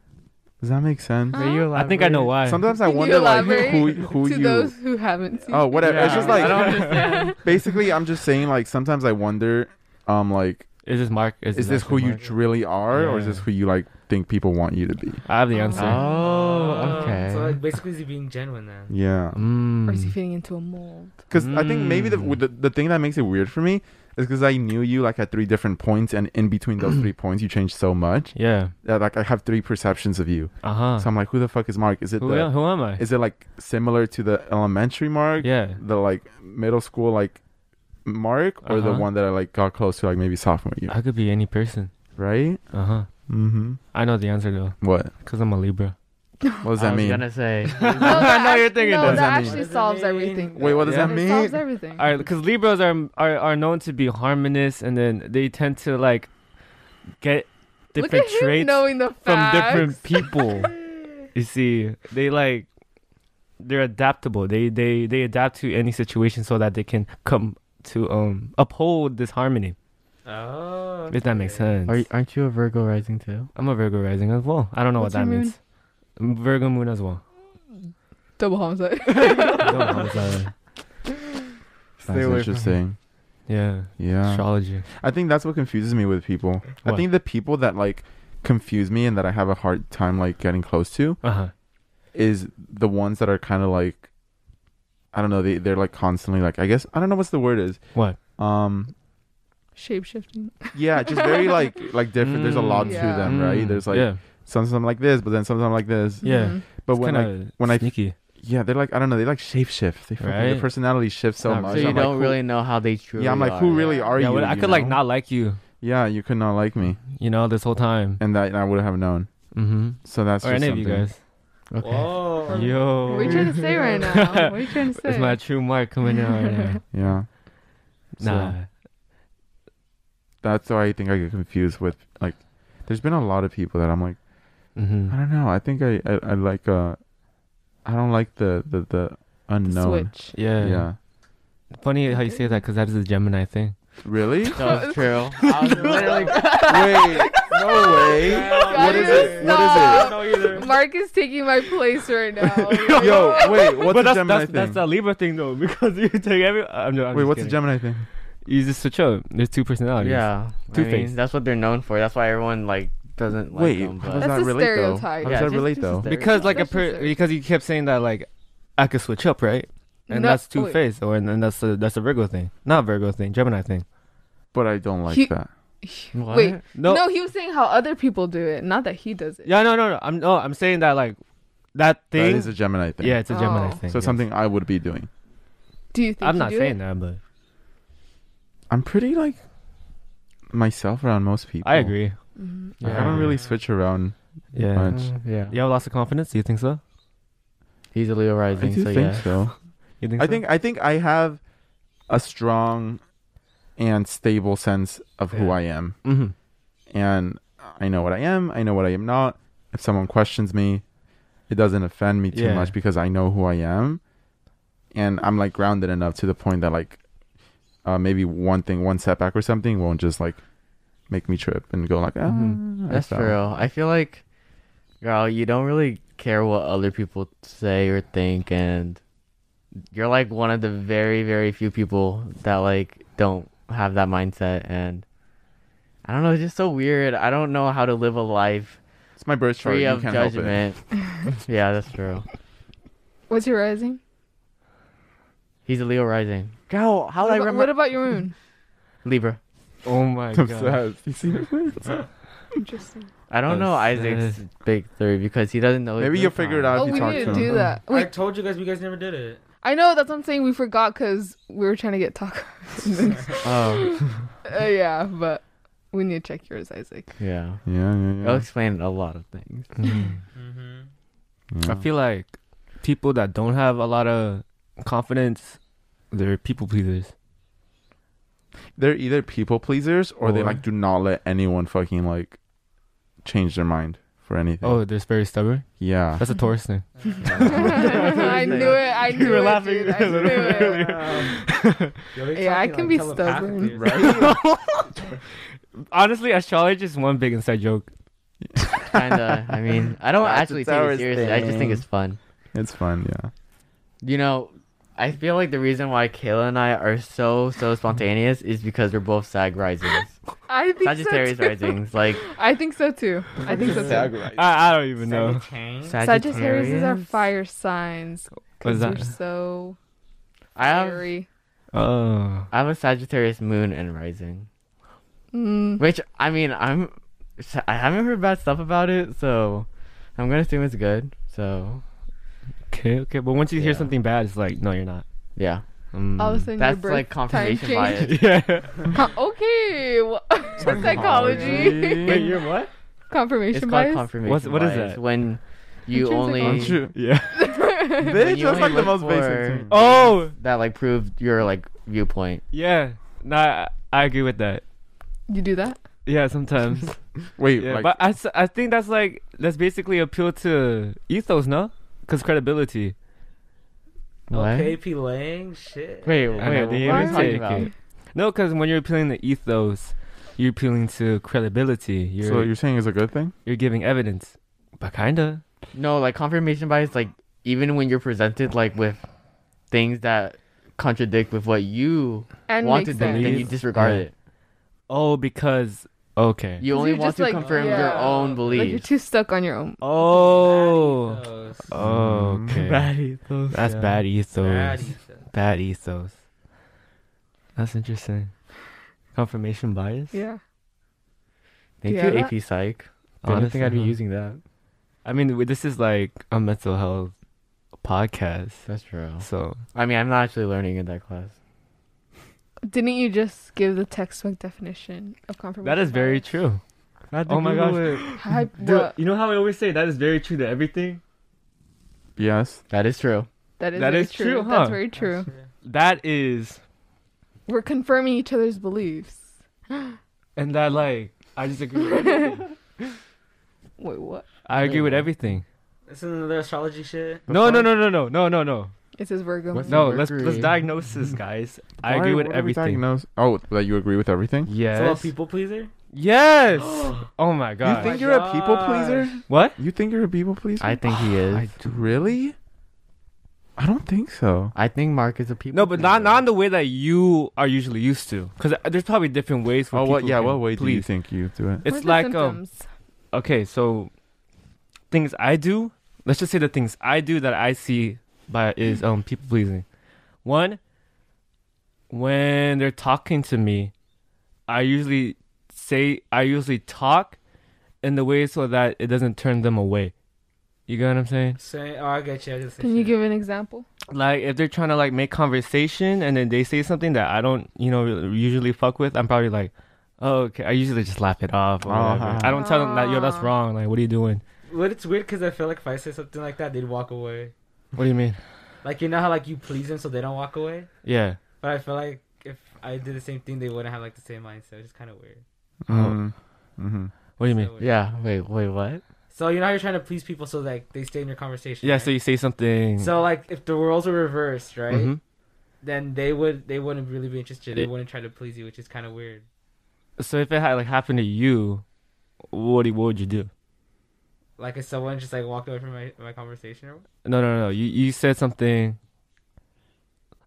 [SPEAKER 5] Does that make sense?
[SPEAKER 1] Huh?
[SPEAKER 2] I think I know why.
[SPEAKER 5] Sometimes I
[SPEAKER 1] Can you
[SPEAKER 5] wonder like
[SPEAKER 1] elaborate
[SPEAKER 5] who who
[SPEAKER 1] to
[SPEAKER 5] you
[SPEAKER 1] those who haven't seen.
[SPEAKER 5] Oh, whatever.
[SPEAKER 2] Yeah,
[SPEAKER 5] it's just
[SPEAKER 2] I don't
[SPEAKER 5] like Hmm.
[SPEAKER 2] understand.
[SPEAKER 5] basically i'm just saying like sometimes i wonder um like
[SPEAKER 2] Is this Mark? Is,
[SPEAKER 5] is, this who
[SPEAKER 2] actually
[SPEAKER 5] you
[SPEAKER 2] Mark?
[SPEAKER 5] really are or is
[SPEAKER 2] Yeah.
[SPEAKER 5] this who you like think people want you to be
[SPEAKER 2] I have the answer.
[SPEAKER 3] Oh, okay.
[SPEAKER 4] Uh, So like basically, is he being genuine then?
[SPEAKER 5] yeah
[SPEAKER 1] Or is he
[SPEAKER 2] Mm.
[SPEAKER 1] fitting into a mold?
[SPEAKER 5] because i think maybe the,
[SPEAKER 2] Mm.
[SPEAKER 5] the the thing that makes it weird for me is because i knew you like at three different points and in between
[SPEAKER 2] (clears throat)
[SPEAKER 5] those three points you changed so much
[SPEAKER 2] Yeah.
[SPEAKER 5] that like i have three perceptions of you
[SPEAKER 2] Uh huh.
[SPEAKER 5] so i'm like who the fuck is mark is it
[SPEAKER 2] Who,
[SPEAKER 5] the,
[SPEAKER 2] who am I?
[SPEAKER 5] is it like similar to the elementary mark
[SPEAKER 2] yeah.
[SPEAKER 5] the like middle school like mark or the
[SPEAKER 2] Uh-huh.
[SPEAKER 5] one that i like got close to like maybe sophomore year
[SPEAKER 2] I could be any person.
[SPEAKER 5] right
[SPEAKER 2] Uh huh.
[SPEAKER 5] mm-hmm
[SPEAKER 2] I know the answer though,
[SPEAKER 5] what
[SPEAKER 2] cause I'm a Libra.
[SPEAKER 5] what does that
[SPEAKER 3] I was
[SPEAKER 5] mean
[SPEAKER 3] gonna say.
[SPEAKER 5] (laughs)
[SPEAKER 1] that
[SPEAKER 2] know
[SPEAKER 1] act-
[SPEAKER 2] you're thinking
[SPEAKER 1] no, that,
[SPEAKER 5] that. Does that mean-
[SPEAKER 1] actually
[SPEAKER 4] Does it
[SPEAKER 1] solves
[SPEAKER 4] mean-
[SPEAKER 1] everything.
[SPEAKER 5] Wait, what does
[SPEAKER 2] Yeah.
[SPEAKER 5] that
[SPEAKER 1] It solves
[SPEAKER 5] mean?
[SPEAKER 1] everything.
[SPEAKER 2] All right, because Libras are, are are known to be harmonious, and then they tend to like get
[SPEAKER 1] Look
[SPEAKER 2] different
[SPEAKER 1] at him
[SPEAKER 2] traits
[SPEAKER 1] knowing the
[SPEAKER 2] from different
[SPEAKER 1] facts. (laughs)
[SPEAKER 2] people. you see, they like they're adaptable. They they they adapt to any situation so that they can come to um uphold this harmony.
[SPEAKER 4] Oh.
[SPEAKER 2] If that makes sense.
[SPEAKER 4] okay.
[SPEAKER 3] Are, you- aren't you a Virgo rising too?
[SPEAKER 2] I'm a Virgo rising as well. I don't know
[SPEAKER 1] What's
[SPEAKER 2] what that
[SPEAKER 1] your moon?
[SPEAKER 2] means. Virgo moon as (laughs) well.
[SPEAKER 1] Double (laughs) homicide.
[SPEAKER 2] Don't know what that-
[SPEAKER 5] That's interesting.
[SPEAKER 2] yeah.
[SPEAKER 5] Yeah.
[SPEAKER 2] Astrology.
[SPEAKER 5] I think that's what confuses me with people. I
[SPEAKER 2] What?
[SPEAKER 5] think the people that like confuse me and that I have a hard time like getting close to
[SPEAKER 2] Uh huh.
[SPEAKER 5] is the ones that are kind of like I don't know, they they're like constantly like I guess I don't know what's the word is.
[SPEAKER 2] What?
[SPEAKER 5] Um
[SPEAKER 1] Shape shifting.
[SPEAKER 5] yeah, just very like like different. There's a lot
[SPEAKER 1] Mm,
[SPEAKER 5] to
[SPEAKER 1] yeah.
[SPEAKER 5] them, right? There's like
[SPEAKER 2] yeah.
[SPEAKER 5] sometimes I'm like this, but then sometimes I'm like this.
[SPEAKER 2] Yeah.
[SPEAKER 5] But
[SPEAKER 2] It's
[SPEAKER 5] when like
[SPEAKER 2] kinda
[SPEAKER 5] when I-
[SPEAKER 2] sneaky.
[SPEAKER 5] yeah, they're like I don't know, they like shape shift. They fucking their
[SPEAKER 2] Right.
[SPEAKER 5] personality shifts so
[SPEAKER 2] Not
[SPEAKER 5] much.
[SPEAKER 2] really.
[SPEAKER 3] So you
[SPEAKER 5] I'm like,
[SPEAKER 3] don't
[SPEAKER 5] who-
[SPEAKER 3] really know how they truly.
[SPEAKER 5] Yeah, I'm like
[SPEAKER 3] are.
[SPEAKER 5] who really are
[SPEAKER 2] yeah,
[SPEAKER 5] you?
[SPEAKER 2] well, I
[SPEAKER 5] you
[SPEAKER 2] could like
[SPEAKER 5] know?
[SPEAKER 2] not like you,
[SPEAKER 5] Yeah, you could not like me,
[SPEAKER 2] you know, this whole time.
[SPEAKER 5] and that and I would have known.
[SPEAKER 2] Mm-hmm.
[SPEAKER 5] So that's
[SPEAKER 2] or
[SPEAKER 5] just
[SPEAKER 2] any of you
[SPEAKER 5] something.
[SPEAKER 2] guys.
[SPEAKER 3] Okay.
[SPEAKER 4] Whoa. (laughs)
[SPEAKER 2] Yo.
[SPEAKER 1] What are you trying to say right
[SPEAKER 2] (laughs)
[SPEAKER 1] now? What are you trying to say?
[SPEAKER 2] It's my true mark coming out right
[SPEAKER 1] (laughs)
[SPEAKER 2] now.
[SPEAKER 5] Yeah.
[SPEAKER 2] Nah.
[SPEAKER 5] So that's why I think I get confused with like there's been a lot of people that I'm like, I
[SPEAKER 2] Mm-hmm.
[SPEAKER 5] don't know, I think I, I, I like uh I don't like the the, the unknown.
[SPEAKER 1] Switch.
[SPEAKER 2] Yeah.
[SPEAKER 5] Yeah.
[SPEAKER 2] Funny how you say that because that's the Gemini thing.
[SPEAKER 1] (laughs)
[SPEAKER 5] Really?
[SPEAKER 3] That (laughs) was true. I was literally
[SPEAKER 5] Wait, no way.
[SPEAKER 1] What is it? What is it?
[SPEAKER 4] No either.
[SPEAKER 1] (laughs) Mark is taking my place right now.
[SPEAKER 5] Yo, wait, what's
[SPEAKER 2] but
[SPEAKER 5] the
[SPEAKER 2] that's,
[SPEAKER 5] Gemini
[SPEAKER 2] that's,
[SPEAKER 5] thing?
[SPEAKER 2] that's the Libra thing though, (laughs) because you take every. I'm, ju- I'm
[SPEAKER 5] wait,
[SPEAKER 2] just
[SPEAKER 5] what's the
[SPEAKER 2] kidding.
[SPEAKER 5] Gemini thing?
[SPEAKER 2] You just switch up. There's two personalities.
[SPEAKER 3] Yeah, I
[SPEAKER 2] Two-Face.
[SPEAKER 3] mean, that's what they're known for. That's why everyone like doesn't like
[SPEAKER 5] wait,
[SPEAKER 2] um,
[SPEAKER 3] them.
[SPEAKER 5] how
[SPEAKER 3] But
[SPEAKER 5] does
[SPEAKER 1] That's
[SPEAKER 5] that
[SPEAKER 1] a
[SPEAKER 5] relate though? How
[SPEAKER 1] stereotype.
[SPEAKER 5] does
[SPEAKER 3] Yeah,
[SPEAKER 5] that
[SPEAKER 3] just-
[SPEAKER 5] relate
[SPEAKER 3] just a
[SPEAKER 5] though?
[SPEAKER 3] stereotype.
[SPEAKER 2] because like a
[SPEAKER 1] Especially
[SPEAKER 2] per-
[SPEAKER 1] sir.
[SPEAKER 2] because you kept saying that like I could switch up, right? And
[SPEAKER 1] No-
[SPEAKER 2] that's
[SPEAKER 1] wait.
[SPEAKER 2] two faced, or and, and that's a that's a Virgo thing, not Virgo thing, Gemini thing.
[SPEAKER 5] But I don't like
[SPEAKER 1] He-
[SPEAKER 5] that.
[SPEAKER 1] (laughs)
[SPEAKER 3] What?
[SPEAKER 1] Wait,
[SPEAKER 2] No,
[SPEAKER 1] no, he was saying how other people do it, not that he does it.
[SPEAKER 2] yeah, no, no, no. I'm no, I'm saying that like that
[SPEAKER 5] That
[SPEAKER 2] thing.
[SPEAKER 5] is a Gemini thing.
[SPEAKER 2] yeah, it's a Gemini
[SPEAKER 1] Oh.
[SPEAKER 2] thing.
[SPEAKER 5] So
[SPEAKER 2] yes.
[SPEAKER 5] something I would be doing.
[SPEAKER 1] Do you think
[SPEAKER 2] I'm
[SPEAKER 1] you
[SPEAKER 2] not
[SPEAKER 1] do
[SPEAKER 2] saying
[SPEAKER 1] it?
[SPEAKER 2] that, but
[SPEAKER 5] I'm pretty like myself around most people.
[SPEAKER 2] I agree.
[SPEAKER 1] Mhm.
[SPEAKER 5] I don't really switch around.
[SPEAKER 2] yeah.
[SPEAKER 3] uh,
[SPEAKER 5] Much.
[SPEAKER 2] yeah. You have lots of confidence. Do you think so?
[SPEAKER 3] He's a Leo
[SPEAKER 5] I
[SPEAKER 3] rising,
[SPEAKER 5] do
[SPEAKER 3] so
[SPEAKER 5] think
[SPEAKER 3] yeah.
[SPEAKER 5] so.
[SPEAKER 2] You think?
[SPEAKER 5] I
[SPEAKER 2] so?
[SPEAKER 5] think I think I have a strong and stable sense of who
[SPEAKER 2] Yeah.
[SPEAKER 5] I am,
[SPEAKER 2] Mhm.
[SPEAKER 5] and I know what I am. I know what I am not. If someone questions me, it doesn't offend me too
[SPEAKER 2] Yeah.
[SPEAKER 5] much because I know who I am, and I'm like grounded enough to the point that like uh, maybe one thing, one setback or something won't just like make me trip and go like,
[SPEAKER 2] Mhm.
[SPEAKER 5] ah, I
[SPEAKER 3] Mm-hmm. That's
[SPEAKER 5] fell."
[SPEAKER 3] true. I feel like, girl, you don't really care what other people say or think, and you're like one of the very, very few people that like don't have that mindset. And I don't know, it's just so weird. I don't know how to live a life
[SPEAKER 5] It's my birth chart.
[SPEAKER 3] free
[SPEAKER 5] You
[SPEAKER 3] of
[SPEAKER 5] can't help it.
[SPEAKER 3] judgment. (laughs) yeah, that's true.
[SPEAKER 1] What's your rising?
[SPEAKER 3] He's a Leo rising. Girl, how
[SPEAKER 1] What,
[SPEAKER 3] would I
[SPEAKER 1] about,
[SPEAKER 3] remember
[SPEAKER 1] what about your moon?
[SPEAKER 3] Libra?
[SPEAKER 2] Oh my
[SPEAKER 5] (laughs) I'm
[SPEAKER 2] god.
[SPEAKER 5] sad. You see?
[SPEAKER 1] Interesting.
[SPEAKER 3] I don't know Isaac's big three because he doesn't know. his
[SPEAKER 5] Maybe
[SPEAKER 3] birth
[SPEAKER 5] you'll figure it out
[SPEAKER 3] sign.
[SPEAKER 1] Oh,
[SPEAKER 5] if
[SPEAKER 1] we
[SPEAKER 5] you talk
[SPEAKER 1] need
[SPEAKER 5] to
[SPEAKER 1] to
[SPEAKER 5] him.
[SPEAKER 1] do that.
[SPEAKER 4] I
[SPEAKER 1] Wait,
[SPEAKER 4] told you guys, you guys never did it.
[SPEAKER 1] I know that's what I'm saying. We forgot because we were trying to get tacos.
[SPEAKER 2] Um,
[SPEAKER 3] Oh,
[SPEAKER 1] uh, yeah, but we need to check yours, Isaac. (laughs)
[SPEAKER 3] yeah.
[SPEAKER 5] Yeah, yeah,
[SPEAKER 3] I'll
[SPEAKER 5] yeah.
[SPEAKER 3] explain a lot
[SPEAKER 5] (laughs)
[SPEAKER 3] of things.
[SPEAKER 2] Mhm.
[SPEAKER 4] Mm-hmm.
[SPEAKER 5] yeah. (laughs)
[SPEAKER 2] I feel like people that don't have a lot of confidence, they're people pleasers.
[SPEAKER 5] they're either people pleasers or, they
[SPEAKER 2] Or-
[SPEAKER 5] like do not let anyone fucking like change their mind for anything.
[SPEAKER 2] Oh, they're very stubborn.
[SPEAKER 5] yeah.
[SPEAKER 2] That's a Taurus thing.
[SPEAKER 5] (laughs)
[SPEAKER 1] I knew it. I
[SPEAKER 2] You
[SPEAKER 1] knew
[SPEAKER 2] were
[SPEAKER 1] it.
[SPEAKER 2] laughing
[SPEAKER 1] dude.
[SPEAKER 2] a
[SPEAKER 1] I knew
[SPEAKER 2] little
[SPEAKER 3] (laughs)
[SPEAKER 2] bit
[SPEAKER 1] it.
[SPEAKER 2] earlier.
[SPEAKER 4] (laughs)
[SPEAKER 1] Yeah, I can be stubborn.
[SPEAKER 2] (laughs) Honestly, astrology is one big inside joke.
[SPEAKER 3] Kinda. I mean, I don't
[SPEAKER 5] That's
[SPEAKER 3] actually
[SPEAKER 5] a
[SPEAKER 3] take it
[SPEAKER 5] Taurus
[SPEAKER 3] seriously. I just think
[SPEAKER 5] thing.
[SPEAKER 3] it's fun.
[SPEAKER 5] It's fun, yeah.
[SPEAKER 3] You know, I feel like the reason why Kayla and I are so so spontaneous is because we're both Sag risings,
[SPEAKER 1] I think
[SPEAKER 3] Sagittarius
[SPEAKER 1] so too.
[SPEAKER 3] risings. Like
[SPEAKER 1] I think so too. I think so too.
[SPEAKER 2] I, I don't even know.
[SPEAKER 5] Hmm?
[SPEAKER 1] Sagittarius is our
[SPEAKER 3] Sagittarius?
[SPEAKER 1] fire signs.
[SPEAKER 2] What
[SPEAKER 1] Because
[SPEAKER 2] is
[SPEAKER 1] we're
[SPEAKER 2] that?
[SPEAKER 1] so
[SPEAKER 3] I have
[SPEAKER 1] fiery.
[SPEAKER 2] Oh,
[SPEAKER 3] I have a Sagittarius moon and rising,
[SPEAKER 1] Mm.
[SPEAKER 3] which I mean I'm I haven't heard bad stuff about it, so I'm gonna assume it's good. So
[SPEAKER 2] okay, okay. But once you hear
[SPEAKER 3] Yeah.
[SPEAKER 2] something bad, it's like, no, you're not.
[SPEAKER 3] yeah,
[SPEAKER 2] Mm. (laughs)
[SPEAKER 5] Oh,
[SPEAKER 1] All of a sudden, your
[SPEAKER 3] that's
[SPEAKER 1] birth
[SPEAKER 3] like confirmation
[SPEAKER 1] time changed. (laughs)
[SPEAKER 3] bias.
[SPEAKER 2] yeah.
[SPEAKER 5] (laughs)
[SPEAKER 1] Co- okay, (laughs) well,
[SPEAKER 5] (laughs)
[SPEAKER 1] psychology.
[SPEAKER 2] Wait, you're what?
[SPEAKER 1] (laughs)
[SPEAKER 3] It's
[SPEAKER 1] Confirmation
[SPEAKER 3] called
[SPEAKER 1] bias.
[SPEAKER 3] confirmation
[SPEAKER 2] What's- what is
[SPEAKER 3] bias,
[SPEAKER 2] that?
[SPEAKER 3] When you
[SPEAKER 1] Intrinsic
[SPEAKER 3] only
[SPEAKER 1] knowledge.
[SPEAKER 2] (laughs)
[SPEAKER 5] True. (laughs)
[SPEAKER 2] Yeah.
[SPEAKER 3] (laughs) when
[SPEAKER 5] Bitch,
[SPEAKER 3] you
[SPEAKER 5] that's
[SPEAKER 3] only
[SPEAKER 5] like the
[SPEAKER 3] look
[SPEAKER 5] most basic
[SPEAKER 3] for-
[SPEAKER 5] thing.
[SPEAKER 2] Oh,
[SPEAKER 3] that like proved your like viewpoint.
[SPEAKER 2] yeah. Nah, I agree with that.
[SPEAKER 1] You do that?
[SPEAKER 2] Yeah, (laughs) sometimes.
[SPEAKER 5] Wait,
[SPEAKER 2] Yeah,
[SPEAKER 5] like,
[SPEAKER 2] but I, s- I think that's like that's basically appeal to ethos, no? Because credibility.
[SPEAKER 4] Okay, P. Lang, shit.
[SPEAKER 3] Wait,
[SPEAKER 2] I
[SPEAKER 3] wait,
[SPEAKER 2] know,
[SPEAKER 3] what
[SPEAKER 2] they
[SPEAKER 3] are you
[SPEAKER 2] even
[SPEAKER 3] talking
[SPEAKER 2] take
[SPEAKER 3] about?
[SPEAKER 2] it. No, because when you're appealing to ethos, you're appealing to credibility. You're
[SPEAKER 5] so
[SPEAKER 2] you're,
[SPEAKER 5] you're saying it's a good thing?
[SPEAKER 2] giving evidence, but kinda.
[SPEAKER 3] No, like confirmation bias. Like even when you're presented like with things that contradict with what you
[SPEAKER 1] And
[SPEAKER 3] want to
[SPEAKER 1] makes
[SPEAKER 3] think, then
[SPEAKER 1] sense.
[SPEAKER 3] you disregard
[SPEAKER 2] Yeah.
[SPEAKER 3] it.
[SPEAKER 2] Oh, because okay.
[SPEAKER 3] You only
[SPEAKER 1] you're
[SPEAKER 3] want
[SPEAKER 1] just,
[SPEAKER 3] to
[SPEAKER 1] like,
[SPEAKER 3] confirm your
[SPEAKER 1] yeah,
[SPEAKER 3] own
[SPEAKER 1] Like you're
[SPEAKER 3] beliefs.
[SPEAKER 1] too stuck on your own.
[SPEAKER 2] Oh. Oh,
[SPEAKER 5] Mm.
[SPEAKER 2] okay.
[SPEAKER 3] ethos.
[SPEAKER 2] that's bad ethos.
[SPEAKER 4] Bad
[SPEAKER 2] Bad.
[SPEAKER 4] ethos.
[SPEAKER 2] ethos. That's interesting. Confirmation bias.
[SPEAKER 1] Yeah.
[SPEAKER 3] Thank
[SPEAKER 1] Yeah.
[SPEAKER 3] you, AP Psych. I don't
[SPEAKER 2] Honestly,
[SPEAKER 3] think I'd be
[SPEAKER 2] huh?
[SPEAKER 3] using that.
[SPEAKER 2] I mean, w- this is like a mental health podcast,
[SPEAKER 3] That's true.
[SPEAKER 2] so
[SPEAKER 3] I mean, I'm not actually learning in that class.
[SPEAKER 1] Didn't you just give the textbook definition of confirmation?
[SPEAKER 2] that is very
[SPEAKER 1] bias?
[SPEAKER 2] true.
[SPEAKER 3] Not
[SPEAKER 2] to Oh my Google (laughs)
[SPEAKER 1] Hype,
[SPEAKER 2] Dude,
[SPEAKER 1] what?
[SPEAKER 2] you know how I always say that is very true to everything?
[SPEAKER 5] Yes.
[SPEAKER 3] That is true.
[SPEAKER 1] That is
[SPEAKER 2] that
[SPEAKER 1] very
[SPEAKER 2] is true, huh?
[SPEAKER 1] That's very true.
[SPEAKER 2] That is.
[SPEAKER 1] We're confirming each other's beliefs.
[SPEAKER 2] And that, like, I just agree with everything.
[SPEAKER 1] Wait, what?
[SPEAKER 2] I agree with everything.
[SPEAKER 4] That's another astrology shit.
[SPEAKER 2] No, no, no, no, no, no, no, no.
[SPEAKER 1] It says Virgo.
[SPEAKER 3] What's
[SPEAKER 1] moon.
[SPEAKER 2] No, let's let's
[SPEAKER 3] Mercury.
[SPEAKER 2] diagnose this, guys. I agree with
[SPEAKER 5] Why- what are we
[SPEAKER 2] everything.
[SPEAKER 5] diagnosed- Oh, that you agree with everything?
[SPEAKER 4] So a
[SPEAKER 2] Yes.
[SPEAKER 4] people pleaser.
[SPEAKER 5] (gasps)
[SPEAKER 2] Yes. Oh my
[SPEAKER 5] You
[SPEAKER 2] god.
[SPEAKER 5] think
[SPEAKER 4] my
[SPEAKER 5] you're a people
[SPEAKER 4] gosh.
[SPEAKER 5] pleaser?
[SPEAKER 2] what?
[SPEAKER 5] You think you're a people pleaser?
[SPEAKER 3] (sighs) I think he is. I,
[SPEAKER 5] really? I don't think so.
[SPEAKER 3] think Mark is a people.
[SPEAKER 2] No, but not
[SPEAKER 3] pleaser.
[SPEAKER 2] not in the way that you are usually used to. Because there's probably different ways for
[SPEAKER 5] oh,
[SPEAKER 2] people.
[SPEAKER 5] what? Yeah,
[SPEAKER 2] can
[SPEAKER 5] what way do you
[SPEAKER 2] please.
[SPEAKER 5] think you do it?
[SPEAKER 1] What
[SPEAKER 2] It's
[SPEAKER 1] are the
[SPEAKER 2] like um,
[SPEAKER 1] symptoms?
[SPEAKER 2] okay, so things I do, let's just say the things I do that I see by is um people pleasing. One, when they're talking to me, I usually say I usually talk in the way so that it doesn't turn them away. You get what I'm saying?
[SPEAKER 4] Say, oh, I get you. I get the same
[SPEAKER 1] Can you
[SPEAKER 4] shit.
[SPEAKER 1] give an example?
[SPEAKER 2] Like if they're trying to like make conversation and then they say something that I don't, you know, usually fuck with, I'm probably like, okay. I usually just laugh it off. Or
[SPEAKER 5] Uh-huh.
[SPEAKER 2] whatever. I don't tell them that. Yo, that's
[SPEAKER 1] Ah.
[SPEAKER 2] wrong. Like, what are you doing?
[SPEAKER 4] But it's weird because I feel like if I say something like that, they'd walk away.
[SPEAKER 2] What do you mean?
[SPEAKER 4] Like you know how like you please them so they don't walk away.
[SPEAKER 2] Yeah.
[SPEAKER 4] But I feel like if I did the same thing, they wouldn't have like the same mindset. It's kind of weird.
[SPEAKER 2] Oh.
[SPEAKER 5] Mm. Mm-hmm.
[SPEAKER 2] What do you mean?
[SPEAKER 4] So weird.
[SPEAKER 3] Yeah. Wait. Wait. What?
[SPEAKER 4] So you know how you're trying to please people so like they stay in your conversation.
[SPEAKER 2] Yeah.
[SPEAKER 4] right?
[SPEAKER 2] So you say something.
[SPEAKER 4] So like if the roles were reversed, right?
[SPEAKER 2] Mhm.
[SPEAKER 4] Then they would they wouldn't really be interested. They
[SPEAKER 2] Yeah.
[SPEAKER 4] wouldn't try to please you, which is kind of weird.
[SPEAKER 2] So if it had like happened to you, what do, what would you do?
[SPEAKER 4] Like if someone just like walked away from my, my conversation or what?
[SPEAKER 2] No, no, no. You you said something.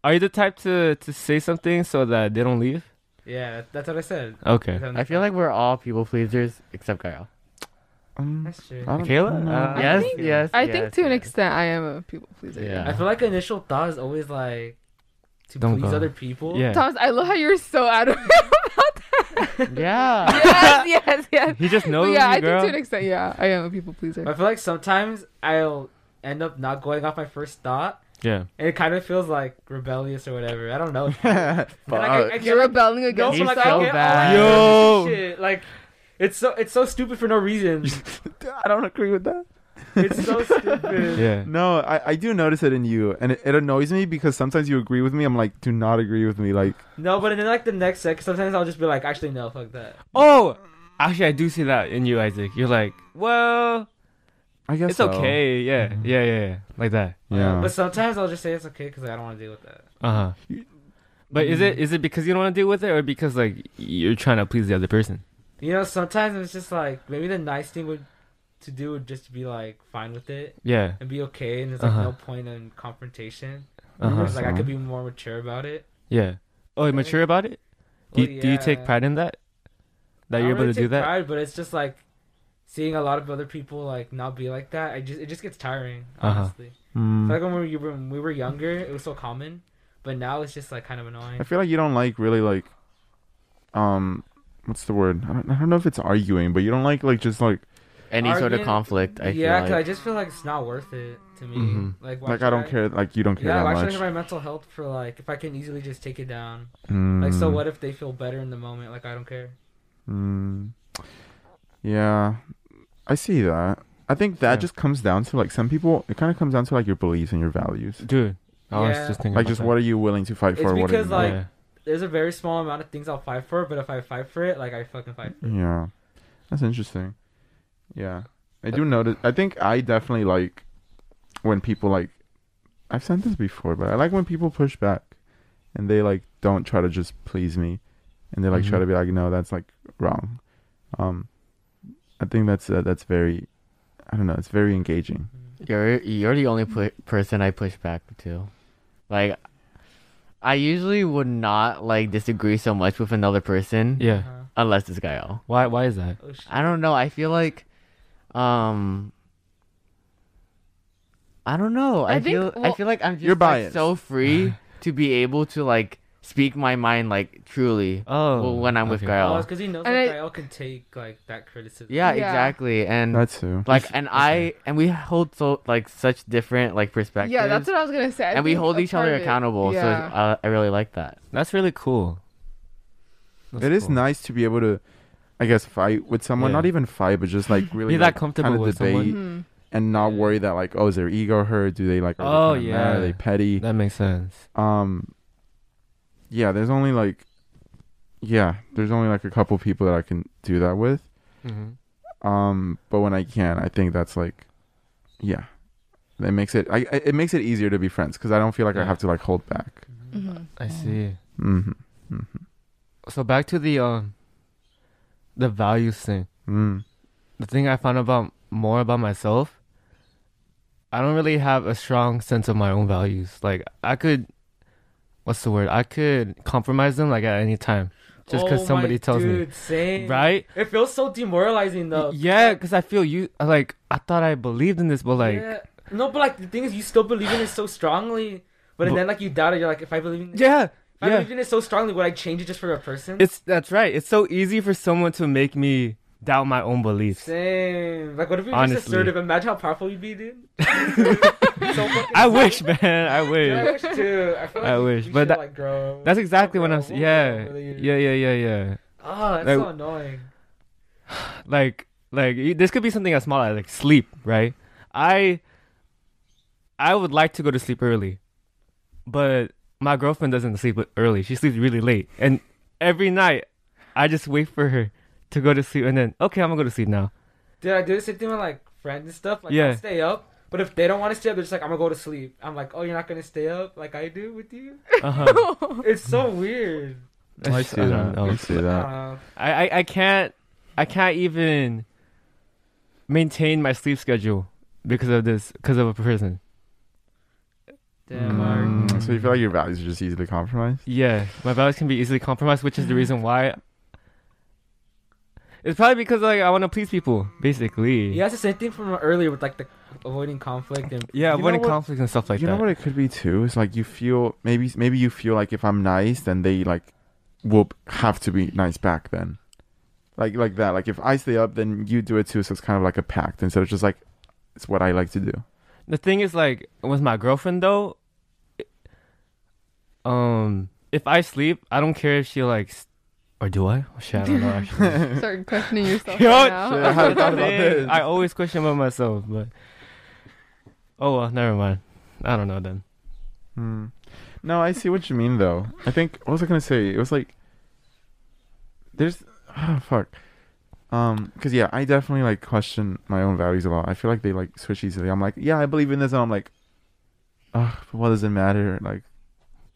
[SPEAKER 2] Are you the type to to say something so that they don't leave?
[SPEAKER 4] Yeah, that, that's what I said.
[SPEAKER 2] Okay.
[SPEAKER 4] That's
[SPEAKER 3] I feel like we're all people pleasers except Kyle.
[SPEAKER 5] Um,
[SPEAKER 4] that's true.
[SPEAKER 5] I don't-
[SPEAKER 2] Kayla?
[SPEAKER 5] no.
[SPEAKER 2] Uh,
[SPEAKER 3] yes.
[SPEAKER 1] think-
[SPEAKER 3] yes.
[SPEAKER 1] I
[SPEAKER 3] yes,
[SPEAKER 1] think to an
[SPEAKER 3] yes.
[SPEAKER 1] extent I am a people pleaser.
[SPEAKER 3] Yeah.
[SPEAKER 4] I feel like initial thought is always like to
[SPEAKER 2] Don't
[SPEAKER 4] please
[SPEAKER 2] go.
[SPEAKER 4] other people.
[SPEAKER 2] Yeah.
[SPEAKER 1] Thomas, I love how you're so out
[SPEAKER 3] (laughs)
[SPEAKER 1] of (laughs) about that.
[SPEAKER 3] Yeah.
[SPEAKER 1] yes, yes, yes.
[SPEAKER 2] He just knows
[SPEAKER 1] But yeah,
[SPEAKER 2] you,
[SPEAKER 1] I
[SPEAKER 2] girl.
[SPEAKER 1] think to an extent, yeah, I am a people
[SPEAKER 4] But I
[SPEAKER 1] pleaser.
[SPEAKER 4] feel like sometimes I'll end up not going off my first thought,
[SPEAKER 2] yeah.
[SPEAKER 4] and it kind of feels like rebellious or whatever. I don't (laughs) know. And,
[SPEAKER 1] (laughs)
[SPEAKER 5] Mm-hmm.
[SPEAKER 4] like, I- I
[SPEAKER 1] You're
[SPEAKER 4] get-
[SPEAKER 1] rebelling
[SPEAKER 4] No,
[SPEAKER 1] against
[SPEAKER 4] but,
[SPEAKER 3] He's
[SPEAKER 4] like,
[SPEAKER 1] yourself.
[SPEAKER 3] so
[SPEAKER 4] I get all
[SPEAKER 3] bad.
[SPEAKER 4] that
[SPEAKER 2] Yo.
[SPEAKER 4] shit. Like, it's so it's so stupid for no reason.
[SPEAKER 2] (laughs)
[SPEAKER 5] I don't agree with that.
[SPEAKER 4] it's
[SPEAKER 5] (laughs)
[SPEAKER 4] so stupid.
[SPEAKER 2] Yeah.
[SPEAKER 5] No, I, I do notice it in you, and it, it annoys me because sometimes you agree with me. I'm like, do not agree with me. Like,
[SPEAKER 4] No, but in like the next sec, sometimes I'll just be like, actually, no, fuck that.
[SPEAKER 2] Oh, actually, I do see that in you, Isaac. You're like, well,
[SPEAKER 5] I guess
[SPEAKER 2] it's
[SPEAKER 5] so.
[SPEAKER 2] okay. Yeah,
[SPEAKER 5] Mhm.
[SPEAKER 2] yeah, yeah, yeah. Like that.
[SPEAKER 5] Yeah.
[SPEAKER 4] But sometimes I'll just say it's okay because I don't want to deal with that.
[SPEAKER 2] Uh huh. But is it is it because you don't want to deal with it, or because like you're trying to please the other person?
[SPEAKER 4] You know, sometimes it's just like maybe the nice thing would to do would just be like fine with it
[SPEAKER 2] Yeah.
[SPEAKER 4] and be okay, and there's like
[SPEAKER 2] Uh-huh.
[SPEAKER 4] no point in confrontation.
[SPEAKER 2] Uh huh.
[SPEAKER 4] It's like I
[SPEAKER 5] Uh-huh.
[SPEAKER 4] could be more mature about it.
[SPEAKER 2] Yeah. Oh, you mature about it. Do you,
[SPEAKER 4] Well,
[SPEAKER 2] do you take
[SPEAKER 4] oh, yeah.
[SPEAKER 2] pride in that? That
[SPEAKER 4] I
[SPEAKER 2] you're
[SPEAKER 4] don't
[SPEAKER 2] able
[SPEAKER 4] really
[SPEAKER 2] to do
[SPEAKER 4] take
[SPEAKER 2] that.
[SPEAKER 4] pride, but it's just like seeing a lot of other people like not be like that. I just it just gets tiring,
[SPEAKER 2] Uh-huh.
[SPEAKER 4] honestly.
[SPEAKER 5] Hmm.
[SPEAKER 4] Like when we, were, when we were younger, it was so common, but now it's just like kind of annoying.
[SPEAKER 5] I feel like you don't like really like, um, what's the word? I don't, I don't know if it's arguing, but you don't like like just like
[SPEAKER 3] Any sort of
[SPEAKER 4] Arguing-
[SPEAKER 3] conflict. I
[SPEAKER 4] yeah,
[SPEAKER 3] feel
[SPEAKER 4] I
[SPEAKER 3] like.
[SPEAKER 4] just feel like it's not worth it to me.
[SPEAKER 2] Mhm.
[SPEAKER 4] Like, why
[SPEAKER 5] like
[SPEAKER 4] should
[SPEAKER 5] I don't care. Like you don't care
[SPEAKER 4] Yeah, why should I
[SPEAKER 5] that
[SPEAKER 4] have
[SPEAKER 5] much.
[SPEAKER 4] my mental health for like if I can easily just take it down? Like, so
[SPEAKER 5] Mm.
[SPEAKER 4] what if they feel better in the moment? Like, I don't care.
[SPEAKER 5] Mm. Yeah, I see that. I think that
[SPEAKER 2] Yeah.
[SPEAKER 5] just comes down to like some people. It kind of comes down to like your beliefs and your values.
[SPEAKER 2] Dude, Oh, I was
[SPEAKER 4] Yeah.
[SPEAKER 2] just thinking.
[SPEAKER 5] Like,
[SPEAKER 2] about
[SPEAKER 5] just
[SPEAKER 2] that.
[SPEAKER 5] what are you willing to fight
[SPEAKER 4] It's
[SPEAKER 5] for? What are you
[SPEAKER 4] because,
[SPEAKER 5] not?
[SPEAKER 4] like- There's a very small amount of things I'll fight for, but if I fight for it, like I fucking fight. For it.
[SPEAKER 5] Yeah, that's interesting. Yeah,
[SPEAKER 2] Uh,
[SPEAKER 5] I do notice. I think I definitely like when people like. I've said this before, but I like when people push back, and they like don't try to just please me, and they like try
[SPEAKER 2] Mhm.
[SPEAKER 5] to be like, no, that's like wrong. Um, I think that's uh, that's very, I don't know, it's very engaging.
[SPEAKER 3] You're you're the only pl- person I push back to. Like, I usually would not like disagree so much with another person.
[SPEAKER 2] yeah. Yeah.
[SPEAKER 4] Uh-huh.
[SPEAKER 3] Unless it's Gael.
[SPEAKER 2] Why? Why is that?
[SPEAKER 4] Oh, shit.
[SPEAKER 3] I don't know. I feel like, um, I don't know. I,
[SPEAKER 1] I think-
[SPEAKER 3] feel I
[SPEAKER 1] well-
[SPEAKER 3] feel like I'm just
[SPEAKER 5] You're
[SPEAKER 3] like,
[SPEAKER 5] biased. (laughs)
[SPEAKER 3] so free to be able to like speak my mind like truly
[SPEAKER 2] Oh.
[SPEAKER 3] w- when I'm with
[SPEAKER 2] okay.
[SPEAKER 4] Oh,
[SPEAKER 3] Gael.
[SPEAKER 4] it's because he knows
[SPEAKER 1] And
[SPEAKER 4] that
[SPEAKER 1] I-
[SPEAKER 4] Kyle can take like that criticism.
[SPEAKER 3] Yeah,
[SPEAKER 1] Yeah.
[SPEAKER 3] exactly.
[SPEAKER 2] Mm.
[SPEAKER 3] And
[SPEAKER 5] That's too.
[SPEAKER 3] like, and I and we hold so like such different like perspectives.
[SPEAKER 1] Yeah, that's what I was gonna say. I
[SPEAKER 3] and we
[SPEAKER 1] think
[SPEAKER 3] hold
[SPEAKER 1] a
[SPEAKER 3] each
[SPEAKER 1] part
[SPEAKER 3] other
[SPEAKER 1] of it-
[SPEAKER 3] accountable. So
[SPEAKER 1] Yeah.
[SPEAKER 3] it's- I, I really like that.
[SPEAKER 2] That's really cool. That's
[SPEAKER 5] It is
[SPEAKER 2] cool.
[SPEAKER 5] nice to be able to, I guess, fight with someone.
[SPEAKER 2] Yeah.
[SPEAKER 5] Not even fight, but just like really
[SPEAKER 2] Be
[SPEAKER 5] like,
[SPEAKER 2] that comfortable
[SPEAKER 5] kinda
[SPEAKER 2] with someone.
[SPEAKER 5] debate
[SPEAKER 1] Mhm.
[SPEAKER 5] and not worry that like, oh, is their ego hurt? Do they like? Are
[SPEAKER 2] Oh,
[SPEAKER 5] they kinda mad? Are
[SPEAKER 2] yeah.
[SPEAKER 5] they petty?
[SPEAKER 2] That makes sense.
[SPEAKER 5] um yeah there's only like yeah there's only like a couple people that i can do that with
[SPEAKER 2] Mm-hmm.
[SPEAKER 5] um but when i can i think that's like yeah that makes it i I- it makes it easier to be friends because i don't feel like i
[SPEAKER 2] Yeah.
[SPEAKER 5] have to like hold back
[SPEAKER 1] Mhm.
[SPEAKER 2] I see.
[SPEAKER 5] mm-hmm mm-hmm
[SPEAKER 2] So back to the um, the values thing.
[SPEAKER 5] mm.
[SPEAKER 2] The thing I found about more about myself. I don't really have a strong sense of my own values. Like I could, what's the word? I could compromise them like at any time, just because
[SPEAKER 4] Oh,
[SPEAKER 2] somebody
[SPEAKER 4] my
[SPEAKER 2] tells
[SPEAKER 4] dude, Same.
[SPEAKER 2] me, right?
[SPEAKER 4] It feels so demoralizing though.
[SPEAKER 2] Yeah, because I feel you. Like I thought I believed in this, but like, yeah,
[SPEAKER 4] Yeah. No, but like the thing is, you still believe in it so strongly, but,
[SPEAKER 2] But-
[SPEAKER 4] then like you doubt it. You're like, if I believe in, it,
[SPEAKER 2] yeah.
[SPEAKER 4] if I believe in it so strongly, would I change it just for a person?
[SPEAKER 2] It's that's right. It's so easy for someone to make me doubt my own beliefs.
[SPEAKER 4] Same. Like, what if you're just
[SPEAKER 2] Honestly.
[SPEAKER 4] assertive? Imagine how powerful you'd be, dude. so fucking
[SPEAKER 2] I wish, (laughs) man. I
[SPEAKER 4] Dude, I
[SPEAKER 2] wish.
[SPEAKER 4] wish too. I, feel like
[SPEAKER 2] I (laughs)
[SPEAKER 4] we-
[SPEAKER 2] wish,
[SPEAKER 4] we
[SPEAKER 2] but
[SPEAKER 4] should,
[SPEAKER 2] that-
[SPEAKER 4] like, grow.
[SPEAKER 2] That's exactly
[SPEAKER 4] Grow,
[SPEAKER 2] what I'm.
[SPEAKER 4] grow,
[SPEAKER 2] Yeah,
[SPEAKER 4] grow, grow,
[SPEAKER 2] yeah, yeah, yeah, yeah.
[SPEAKER 4] Oh, that's
[SPEAKER 2] Like-
[SPEAKER 4] so annoying.
[SPEAKER 2] like like y- this could be something as small as like sleep right i i would like to go to sleep early but my girlfriend doesn't sleep early she sleeps really late and every night i just wait for her to go to sleep and then okay i'm gonna go to sleep (laughs) now
[SPEAKER 4] Dude, I do the same thing with like friends and stuff. Like,
[SPEAKER 2] Yeah.
[SPEAKER 4] I'll stay up. But if they don't want to stay up, they're just like, I'm gonna go to sleep. I'm like, oh, you're not gonna stay up like I do with you.
[SPEAKER 2] uh-huh.
[SPEAKER 1] Mm-hmm. (laughs)
[SPEAKER 4] It's so weird.
[SPEAKER 2] It's just- (laughs) I don't know.
[SPEAKER 5] (laughs) I see
[SPEAKER 4] I
[SPEAKER 5] that.
[SPEAKER 4] don't know.
[SPEAKER 2] I, I i can't i can't even maintain my sleep schedule because of this because of a person
[SPEAKER 4] Damn,
[SPEAKER 5] Mm,
[SPEAKER 4] Mark.
[SPEAKER 5] so you feel like your values are just easily compromised?
[SPEAKER 2] Yeah, my values can be easily compromised, which is the reason why. It's probably because like I want to please people, basically.
[SPEAKER 4] Yeah, it's the same thing from earlier with like the avoiding conflict
[SPEAKER 2] (laughs)
[SPEAKER 4] and
[SPEAKER 2] Yeah,
[SPEAKER 5] You know
[SPEAKER 2] avoiding
[SPEAKER 5] what-
[SPEAKER 2] conflicts and stuff like
[SPEAKER 5] you
[SPEAKER 2] that.
[SPEAKER 5] know what it could be too? It's like you feel maybe maybe you feel like if I'm nice, then they like will have to be nice back then. Like like that. Like if I stay up, then you do it too. So it's kind of like a pact instead of just like it's what I like to do.
[SPEAKER 2] the thing is, like with my girlfriend though, it- um, if I sleep, I don't care if she likes, or do I? Oh, shit, I don't know.
[SPEAKER 5] (laughs)
[SPEAKER 2] Actually.
[SPEAKER 1] Start questioning yourself.
[SPEAKER 2] (laughs) Yo,
[SPEAKER 1] right
[SPEAKER 5] shit, I
[SPEAKER 1] now.
[SPEAKER 5] haven't thought about (laughs) this.
[SPEAKER 2] I always question about myself, but oh well, never mind. I don't know then.
[SPEAKER 5] Hmm. No, I see what you mean though. I think what was I gonna say? It was like there's (sighs) oh, fuck. Um, cause yeah, I definitely like question my own values a lot. I feel like they like switch easily. I'm like, yeah, I believe in this, and I'm like, ugh, but what does it matter? Like,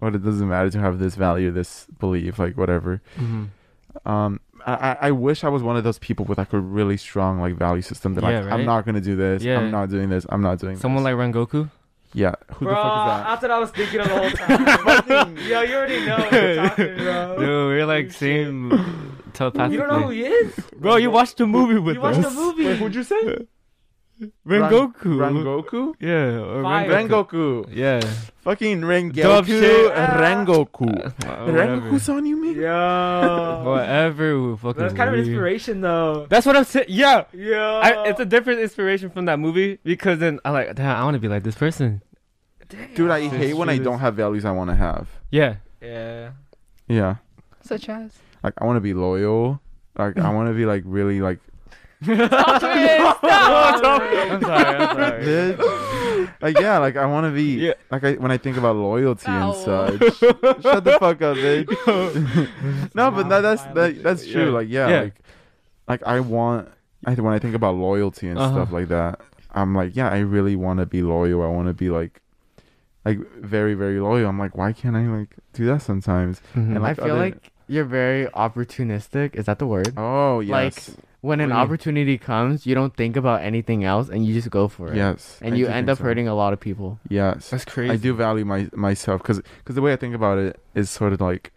[SPEAKER 5] what it doesn't matter to have this value, this belief, like whatever.
[SPEAKER 2] Mm-hmm.
[SPEAKER 5] Um, I I- I wish I was one of those people with like a really strong like value system that
[SPEAKER 2] Yeah,
[SPEAKER 5] like
[SPEAKER 2] right?
[SPEAKER 5] I'm not gonna do this,
[SPEAKER 2] Yeah.
[SPEAKER 5] I'm not doing this, I'm not doing
[SPEAKER 2] Someone
[SPEAKER 5] this.
[SPEAKER 2] like Rengoku.
[SPEAKER 5] yeah, who
[SPEAKER 4] Bro,
[SPEAKER 5] the fuck is that?
[SPEAKER 4] that's what I was thinking of the whole
[SPEAKER 2] (laughs)
[SPEAKER 4] time. Yo, you already know what you're talking, bro.
[SPEAKER 2] Dude, we're like
[SPEAKER 4] Shit.
[SPEAKER 2] same telepathic.
[SPEAKER 4] You don't know who he is?
[SPEAKER 2] Bro, you watched the movie with
[SPEAKER 4] You watched the
[SPEAKER 2] us.
[SPEAKER 4] movie.
[SPEAKER 5] Wait, who'd you say?
[SPEAKER 2] Rengoku.
[SPEAKER 5] Rangoku?
[SPEAKER 2] Yeah. Or
[SPEAKER 4] Fire.
[SPEAKER 2] Rengoku.
[SPEAKER 5] Rengoku.
[SPEAKER 2] Yeah.
[SPEAKER 5] Fucking
[SPEAKER 2] Dub
[SPEAKER 5] Rengoku.
[SPEAKER 2] shit.
[SPEAKER 5] Rengoku.
[SPEAKER 2] Uh,
[SPEAKER 5] Rengoku's on you, me?
[SPEAKER 4] Yo.
[SPEAKER 2] Whatever. Whatever. Fucking
[SPEAKER 4] Uh, That's kind of an
[SPEAKER 2] movie.
[SPEAKER 4] inspiration, Uh, though.
[SPEAKER 2] That's what I'm saying. Yeah.
[SPEAKER 4] Yo.
[SPEAKER 2] I, it's a different inspiration from that movie because then I'm like, damn, I want to be like this person.
[SPEAKER 5] Dude, I
[SPEAKER 2] This
[SPEAKER 5] hate when I
[SPEAKER 2] shit is-
[SPEAKER 5] don't have values I want to have.
[SPEAKER 2] Yeah.
[SPEAKER 4] yeah.
[SPEAKER 5] Yeah.
[SPEAKER 1] Such as.
[SPEAKER 3] (laughs)
[SPEAKER 5] Like, I want to be loyal. Like, I want to be, like, really, like,
[SPEAKER 1] Plot
[SPEAKER 2] (laughs)
[SPEAKER 1] twist!
[SPEAKER 2] I'm sorry. I'm sorry.
[SPEAKER 5] bitch. Like, yeah, like, I want to be,
[SPEAKER 2] (laughs) Yeah.
[SPEAKER 5] like, I, when I think about loyalty
[SPEAKER 1] Ow.
[SPEAKER 3] Oh.
[SPEAKER 5] and such. Shut the fuck up, bitch.
[SPEAKER 3] (laughs)
[SPEAKER 5] no, but no, that's, that, that's true.
[SPEAKER 2] Yeah.
[SPEAKER 5] Like, yeah,
[SPEAKER 2] Yeah.
[SPEAKER 5] like, like, I want, I, when I think about loyalty and stuff
[SPEAKER 2] Uh-huh.
[SPEAKER 5] like that, I'm like, yeah, I really want to be loyal. I want to be, like, like very very loyal i'm like why can't i like do that sometimes
[SPEAKER 2] Mhm.
[SPEAKER 5] And,
[SPEAKER 3] I
[SPEAKER 5] like,
[SPEAKER 3] feel
[SPEAKER 5] other-
[SPEAKER 3] like you're very opportunistic. Is that the word?
[SPEAKER 5] oh yes
[SPEAKER 2] What
[SPEAKER 3] When an
[SPEAKER 2] do you mean?
[SPEAKER 3] opportunity comes, you don't think about anything else and you just go for it.
[SPEAKER 5] yes
[SPEAKER 3] And
[SPEAKER 5] I
[SPEAKER 3] you
[SPEAKER 5] do
[SPEAKER 3] end
[SPEAKER 5] think
[SPEAKER 3] up
[SPEAKER 5] so.
[SPEAKER 3] hurting a lot of people.
[SPEAKER 5] yes
[SPEAKER 2] that's crazy.
[SPEAKER 5] I do value my myself because the way I think about it is sort of like,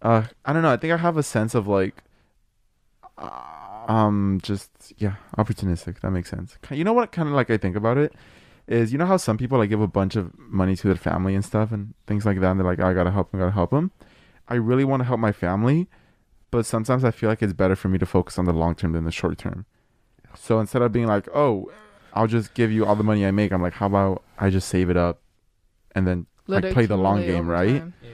[SPEAKER 5] uh, I don't know. I think I have a sense of like, uh, um, just yeah, opportunistic. That makes sense. Ki- You know what? Kind of like I think about it is you know how some people like give a bunch of money to their family and stuff and things like that, and they're like, "Oh, I gotta help, I gotta help them. I really want to help my family, but sometimes I feel like it's better for me to focus on the long term than the short term. So instead of being like, oh. I'll just give you all the money I make. I'm like, how about I just save it up and then
[SPEAKER 1] Let
[SPEAKER 5] Like,
[SPEAKER 1] it
[SPEAKER 5] play the long
[SPEAKER 1] accumulate
[SPEAKER 5] game,
[SPEAKER 1] over
[SPEAKER 5] right?
[SPEAKER 1] time.
[SPEAKER 2] (laughs)
[SPEAKER 4] Yeah.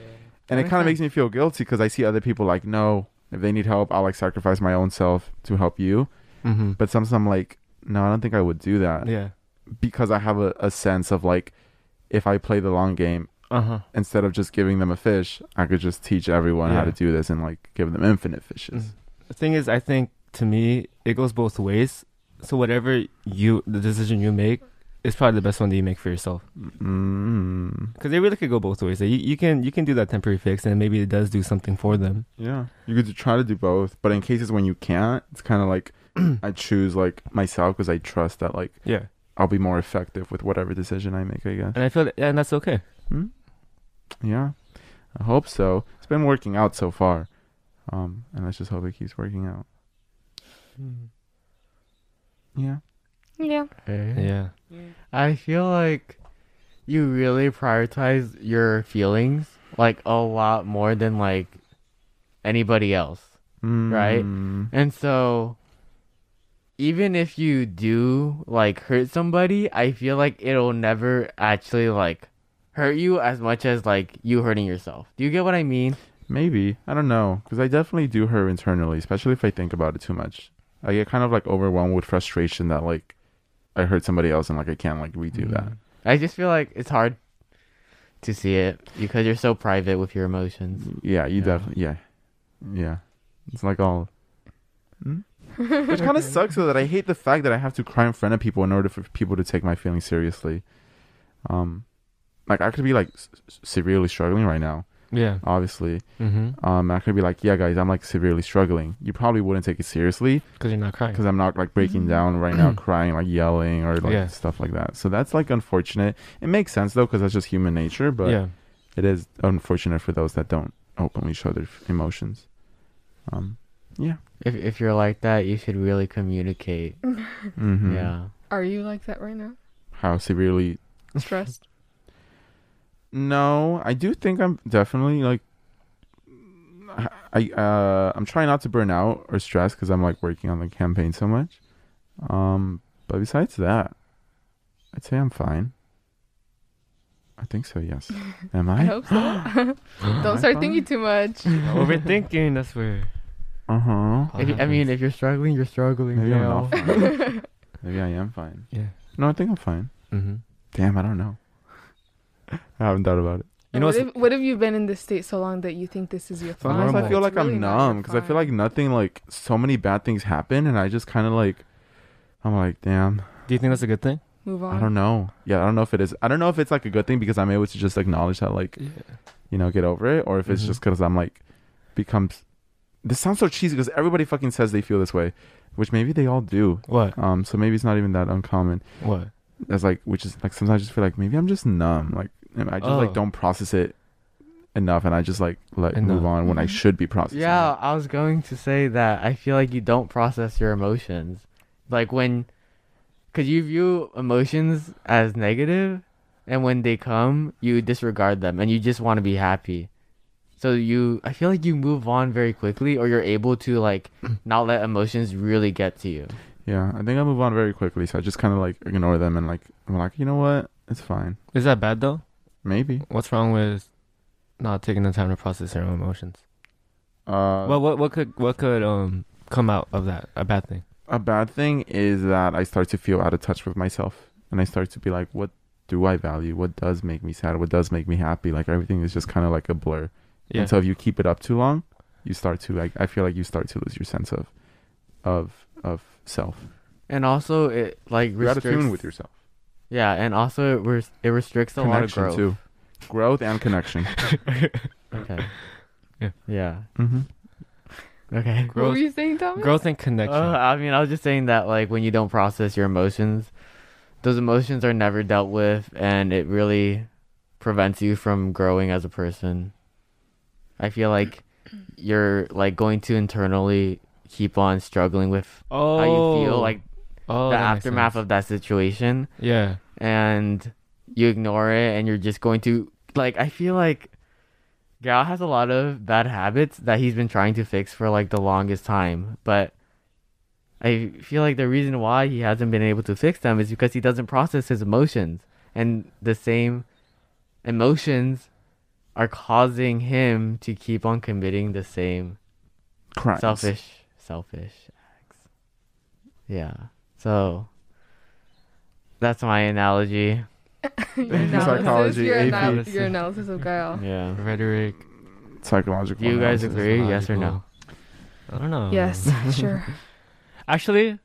[SPEAKER 5] and it
[SPEAKER 2] makes
[SPEAKER 5] kind of
[SPEAKER 2] sense.
[SPEAKER 5] makes me feel guilty because I see other people like, no, if they need help, I'll like sacrifice my own self to help you.
[SPEAKER 2] Mm-hmm.
[SPEAKER 5] But sometimes I'm like, no, I don't think I would do that
[SPEAKER 2] Yeah.
[SPEAKER 5] because I have a, a sense of like, if I play the long game
[SPEAKER 2] Uh huh.
[SPEAKER 5] instead of just giving them a fish, I could just teach everyone how
[SPEAKER 2] Yeah.
[SPEAKER 5] to do this and like give them infinite fishes.
[SPEAKER 2] Mm. The thing is, I think to me it goes both ways. So whatever you the decision you make is probably the best one that you make for yourself. Mm-hmm.
[SPEAKER 5] mm
[SPEAKER 2] Because they really could go both ways. Like, you, you can you can do that temporary fix, and maybe it does do something for them.
[SPEAKER 5] Yeah, you could try to do both, but in cases when you can't, it's kind of
[SPEAKER 2] (clears throat)
[SPEAKER 5] like I choose like myself because I trust that like
[SPEAKER 2] Yeah,
[SPEAKER 5] I'll be more effective with whatever decision I make. I guess.
[SPEAKER 2] and I feel that, and that's okay.
[SPEAKER 5] Yeah, I hope so. It's been working out so far, um, and let's just hope it keeps working out. Yeah.
[SPEAKER 1] Yeah.
[SPEAKER 2] Yeah,
[SPEAKER 3] I feel like you really prioritize your feelings like a lot more than like anybody else. Right.
[SPEAKER 5] Mm.
[SPEAKER 3] And so even if you do like hurt somebody, I feel like it'll never actually like hurt you as much as like you hurting yourself. Do you get what I mean?
[SPEAKER 5] Maybe I don't know because I definitely do her internally, especially if I think about it too much. I get kind of like overwhelmed with frustration that like I hurt somebody else and like I can't like
[SPEAKER 2] Hmm.
[SPEAKER 5] redo that.
[SPEAKER 2] Mm-hmm.
[SPEAKER 3] I just feel like it's hard to see it because you're so private with your emotions.
[SPEAKER 5] Yeah, you
[SPEAKER 3] Yeah.
[SPEAKER 5] definitely. Yeah, yeah. It's like all. Hmm? (laughs) Which kind of sucks though that I hate the fact that I have to cry in front of people in order for people to take my feelings seriously. Um, like I could be like s- s- severely struggling right now,
[SPEAKER 2] Yeah.
[SPEAKER 5] obviously.
[SPEAKER 2] Mm-hmm.
[SPEAKER 5] Um, I could be like, yeah, guys, I'm like severely struggling. You probably wouldn't take it seriously
[SPEAKER 2] Because you're not crying.
[SPEAKER 5] because I'm not like breaking down right now, crying, like yelling or like
[SPEAKER 2] Yeah.
[SPEAKER 5] stuff like that. So that's like unfortunate. It makes sense though because that's just human nature, but
[SPEAKER 2] yeah.
[SPEAKER 5] it is unfortunate for those that don't openly show their f- emotions. Um,
[SPEAKER 3] If if you're like that, you should really communicate.
[SPEAKER 5] mhm.
[SPEAKER 3] Yeah.
[SPEAKER 1] (laughs) Are you like that right
[SPEAKER 3] (laughs)
[SPEAKER 1] now?
[SPEAKER 5] How severely?
[SPEAKER 1] Stressed?
[SPEAKER 5] No, I do think I'm definitely like. I uh I'm trying not to burn out or stress because I'm like working on the campaign so much. Um, but besides that, I'd say I'm fine. I think so. Yes.
[SPEAKER 1] (laughs)
[SPEAKER 5] Am
[SPEAKER 1] I,
[SPEAKER 5] I?
[SPEAKER 1] hope so. (laughs) Don't start thinking too
[SPEAKER 3] (laughs)
[SPEAKER 1] much. (laughs)
[SPEAKER 2] (laughs) Overthinking. That's where.
[SPEAKER 5] Uh huh.
[SPEAKER 2] all
[SPEAKER 3] If you- I mean, if you're struggling, you're struggling.
[SPEAKER 5] Maybe
[SPEAKER 3] you
[SPEAKER 5] I'm
[SPEAKER 3] know?
[SPEAKER 5] not fine. Maybe I am fine.
[SPEAKER 2] Yeah.
[SPEAKER 5] No, I think I'm fine.
[SPEAKER 2] Mm-hmm.
[SPEAKER 5] Damn, I don't know. (laughs) I haven't thought about it.
[SPEAKER 2] You know
[SPEAKER 1] what,
[SPEAKER 2] what's-
[SPEAKER 1] if, what have you been in this state so long that you think this is your fine?
[SPEAKER 5] Sometimes I
[SPEAKER 2] normal.
[SPEAKER 5] feel
[SPEAKER 1] It's
[SPEAKER 5] like
[SPEAKER 1] really
[SPEAKER 5] I'm
[SPEAKER 1] not your
[SPEAKER 5] numb because I feel like
[SPEAKER 1] fine.
[SPEAKER 5] nothing, like so many bad things happen, and I just kind of like, I'm like, damn,
[SPEAKER 2] Do you think that's a good thing?
[SPEAKER 1] Move on.
[SPEAKER 5] I don't know. Yeah, I don't know if it is. I don't know if it's like a good thing because I'm able to just acknowledge that, like,
[SPEAKER 2] Yeah.
[SPEAKER 5] you know, get over it, or if it's
[SPEAKER 2] Mhm.
[SPEAKER 5] just because I'm like, becomes. This sounds so cheesy because everybody fucking says they feel this way, which maybe they all do.
[SPEAKER 2] What?
[SPEAKER 5] Um, so maybe it's not even that uncommon.
[SPEAKER 2] What?
[SPEAKER 5] that's like which is like sometimes I just feel like maybe I'm just numb. Like and I just
[SPEAKER 2] Oh.
[SPEAKER 5] like don't process it enough and I just like let
[SPEAKER 2] Enough. Mm-hmm.
[SPEAKER 5] move on when I
[SPEAKER 1] Mhm.
[SPEAKER 5] should be processing. it.
[SPEAKER 3] Yeah, I was going to say that. I feel like you don't process your emotions. Like when, because you view emotions as negative, and when they come, you disregard them and you just want to be happy. So you, I feel like you move on very quickly, or you're able to like
[SPEAKER 5] (clears throat)
[SPEAKER 3] not let emotions really get to you.
[SPEAKER 5] Yeah. I think I move on very quickly. So I just kinda like ignore them and like I'm like, you know what? It's fine.
[SPEAKER 2] Is that bad though?
[SPEAKER 5] Maybe.
[SPEAKER 2] What's wrong with not taking the time to process your own emotions?
[SPEAKER 5] Uh
[SPEAKER 2] well, what what could what could um come out of that? A bad thing.
[SPEAKER 5] a bad thing is that I start to feel out of touch with myself and I start to be like, what do I value? What does make me sad? What does make me happy? Like everything is just kinda like a blur.
[SPEAKER 2] Yeah.
[SPEAKER 5] And so if you keep it up too long, you start to like I feel like you start to lose your sense of of of self.
[SPEAKER 3] And also, it like
[SPEAKER 5] You're out of
[SPEAKER 3] restricts.
[SPEAKER 5] tune with yourself.
[SPEAKER 3] Yeah, and also it, res- it restricts a lot of growth.
[SPEAKER 5] too. Growth and connection. (laughs)
[SPEAKER 3] Okay.
[SPEAKER 2] Yeah.
[SPEAKER 3] Yeah.
[SPEAKER 5] mm-hmm.
[SPEAKER 3] Okay.
[SPEAKER 1] What were
[SPEAKER 2] growth,
[SPEAKER 1] you saying, Tommy? (laughs)
[SPEAKER 2] (laughs) growth and connection.
[SPEAKER 3] Uh, I mean, I was just saying that, like, when you don't process your emotions, those emotions are never dealt with, and it really prevents you from growing as a person. I feel like you're like going to internally keep on struggling with
[SPEAKER 2] oh,
[SPEAKER 3] how you feel, like
[SPEAKER 2] oh,
[SPEAKER 3] the
[SPEAKER 2] that makes
[SPEAKER 3] aftermath
[SPEAKER 2] sense.
[SPEAKER 3] of that situation,
[SPEAKER 2] Yeah.
[SPEAKER 3] and you ignore it, and you're just going to like. I feel like Gal has a lot of bad habits that he's been trying to fix for like the longest time, but I feel like the reason why he hasn't been able to fix them is because he doesn't process his emotions. And the same emotions are causing him to keep on committing the same
[SPEAKER 5] Crimes. (laughs)
[SPEAKER 3] selfish, selfish acts. Yeah. So that's my analogy.
[SPEAKER 1] Your analysis,
[SPEAKER 5] Psychology,
[SPEAKER 1] your,
[SPEAKER 5] AP.
[SPEAKER 1] ana- your analysis of Gael.
[SPEAKER 3] Yeah.
[SPEAKER 2] Rhetoric.
[SPEAKER 5] Psychological.
[SPEAKER 3] Do you guys
[SPEAKER 5] analysis.
[SPEAKER 3] agree? Yes or no?
[SPEAKER 2] I don't know.
[SPEAKER 1] Yes,
[SPEAKER 5] (laughs)
[SPEAKER 1] sure.
[SPEAKER 2] Actually,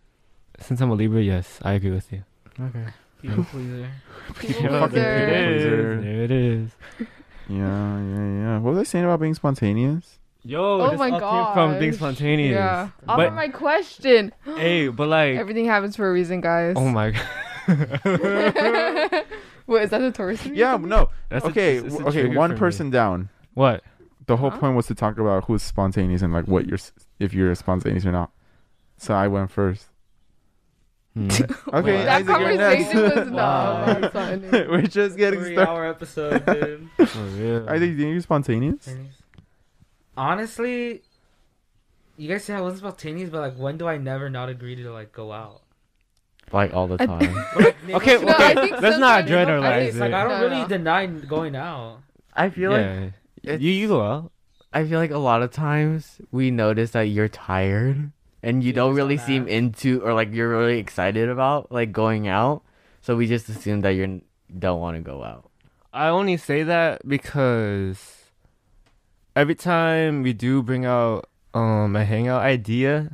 [SPEAKER 2] since I'm a Libra, yes, I agree with you.
[SPEAKER 3] Okay.
[SPEAKER 4] People pleaser.
[SPEAKER 2] (laughs)
[SPEAKER 1] People pleaser.
[SPEAKER 5] fucking people. pleaser.
[SPEAKER 2] There it is.
[SPEAKER 5] Yeah, yeah, yeah. What was I saying about being spontaneous?
[SPEAKER 2] Yo,
[SPEAKER 1] Oh
[SPEAKER 2] this
[SPEAKER 1] my
[SPEAKER 2] all came from being
[SPEAKER 1] gosh.
[SPEAKER 2] spontaneous.
[SPEAKER 1] Yeah. Offer
[SPEAKER 2] But
[SPEAKER 1] my question.
[SPEAKER 2] hey, but like,
[SPEAKER 1] Everything happens for a reason, guys.
[SPEAKER 2] oh
[SPEAKER 5] (laughs)
[SPEAKER 2] my (laughs) god,
[SPEAKER 1] (laughs) What is that the Taurus? in you?
[SPEAKER 5] Yeah, no.
[SPEAKER 2] That's a-
[SPEAKER 5] okay,
[SPEAKER 2] it's a
[SPEAKER 5] w- okay.
[SPEAKER 2] trigger
[SPEAKER 5] One
[SPEAKER 2] for me.
[SPEAKER 5] person down.
[SPEAKER 2] what?
[SPEAKER 5] The whole
[SPEAKER 1] Huh?
[SPEAKER 5] point was to talk about who's spontaneous and like what you're s- if you're spontaneous or not. So I
[SPEAKER 1] (laughs)
[SPEAKER 5] went first.
[SPEAKER 3] Hmm.
[SPEAKER 2] (laughs)
[SPEAKER 5] Okay,
[SPEAKER 1] that
[SPEAKER 5] Isaac, you're next.
[SPEAKER 1] conversation
[SPEAKER 5] (laughs)
[SPEAKER 1] was
[SPEAKER 4] Wow.
[SPEAKER 1] not.
[SPEAKER 5] We're just getting
[SPEAKER 4] Three
[SPEAKER 5] started.
[SPEAKER 4] hour episode,
[SPEAKER 5] (laughs)
[SPEAKER 4] dude.
[SPEAKER 2] For real.
[SPEAKER 5] I think you're spontaneous.
[SPEAKER 4] Honestly, you guys say I wasn't spontaneous, but like, when do I never not agree to like go out?
[SPEAKER 3] (laughs) Like all the
[SPEAKER 1] I-
[SPEAKER 3] time.
[SPEAKER 4] But, like, maybe-
[SPEAKER 2] Okay,
[SPEAKER 1] No, I think
[SPEAKER 2] let's not
[SPEAKER 1] sometimes- I
[SPEAKER 2] generalize
[SPEAKER 1] think-
[SPEAKER 4] It's like I
[SPEAKER 2] it.
[SPEAKER 4] don't
[SPEAKER 1] No,
[SPEAKER 4] really
[SPEAKER 1] no.
[SPEAKER 4] deny going out.
[SPEAKER 3] (laughs) I feel like
[SPEAKER 2] yeah.
[SPEAKER 3] it's-
[SPEAKER 2] you you go out.
[SPEAKER 3] I feel like a lot of times we notice that you're tired and you
[SPEAKER 4] Yeah,
[SPEAKER 3] don't
[SPEAKER 4] it's
[SPEAKER 3] really
[SPEAKER 4] not that.
[SPEAKER 3] seem into or like you're really excited about like going out. So we just assume that you don't want to go out.
[SPEAKER 2] I only say that because every time we do bring out um a hangout idea,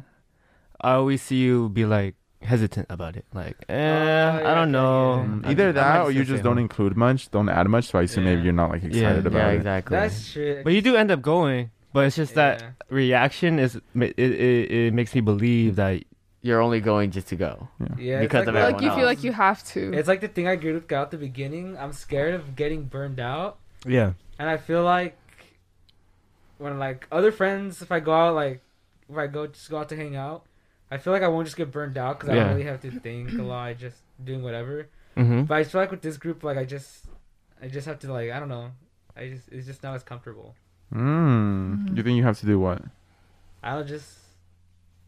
[SPEAKER 2] I always see you be like hesitant about it. Like, eh,
[SPEAKER 4] Oh, yeah,
[SPEAKER 2] I don't
[SPEAKER 4] yeah,
[SPEAKER 2] know.
[SPEAKER 4] yeah.
[SPEAKER 5] Mm,
[SPEAKER 2] I-
[SPEAKER 5] Either
[SPEAKER 2] I
[SPEAKER 5] that
[SPEAKER 2] might
[SPEAKER 5] or you
[SPEAKER 2] just
[SPEAKER 5] just
[SPEAKER 2] stay
[SPEAKER 5] don't
[SPEAKER 2] home.
[SPEAKER 5] include much, don't add much, so I assume maybe
[SPEAKER 4] Yeah.
[SPEAKER 5] you're not like excited
[SPEAKER 2] Yeah,
[SPEAKER 5] about
[SPEAKER 3] yeah,
[SPEAKER 5] it.
[SPEAKER 3] exactly.
[SPEAKER 4] That's shit.
[SPEAKER 2] e- But you do end up going. But it's just that
[SPEAKER 4] Yeah.
[SPEAKER 2] reaction is it, it, it makes me believe that
[SPEAKER 3] You're only going just to go.
[SPEAKER 4] yeah, it's
[SPEAKER 3] because of
[SPEAKER 4] the-
[SPEAKER 1] Like
[SPEAKER 3] everyone
[SPEAKER 1] you feel
[SPEAKER 3] else.
[SPEAKER 1] like you have to.
[SPEAKER 4] It's like the thing I agreed with Kyle at the beginning. I'm scared of getting burned out,
[SPEAKER 2] yeah
[SPEAKER 4] and I feel like when like other friends, if I go out, like if I go just go out to hang out, I feel like I won't just get burned out because I
[SPEAKER 2] Yeah.
[SPEAKER 4] don't really have to think a lot. I just doing whatever.
[SPEAKER 2] mm-hmm.
[SPEAKER 4] But I just feel like with this group, like I just, I just have to like I don't know. I just it's just not as comfortable.
[SPEAKER 1] Hmm.
[SPEAKER 5] Mm. Hmm. You think you have to do what?
[SPEAKER 4] I don't just,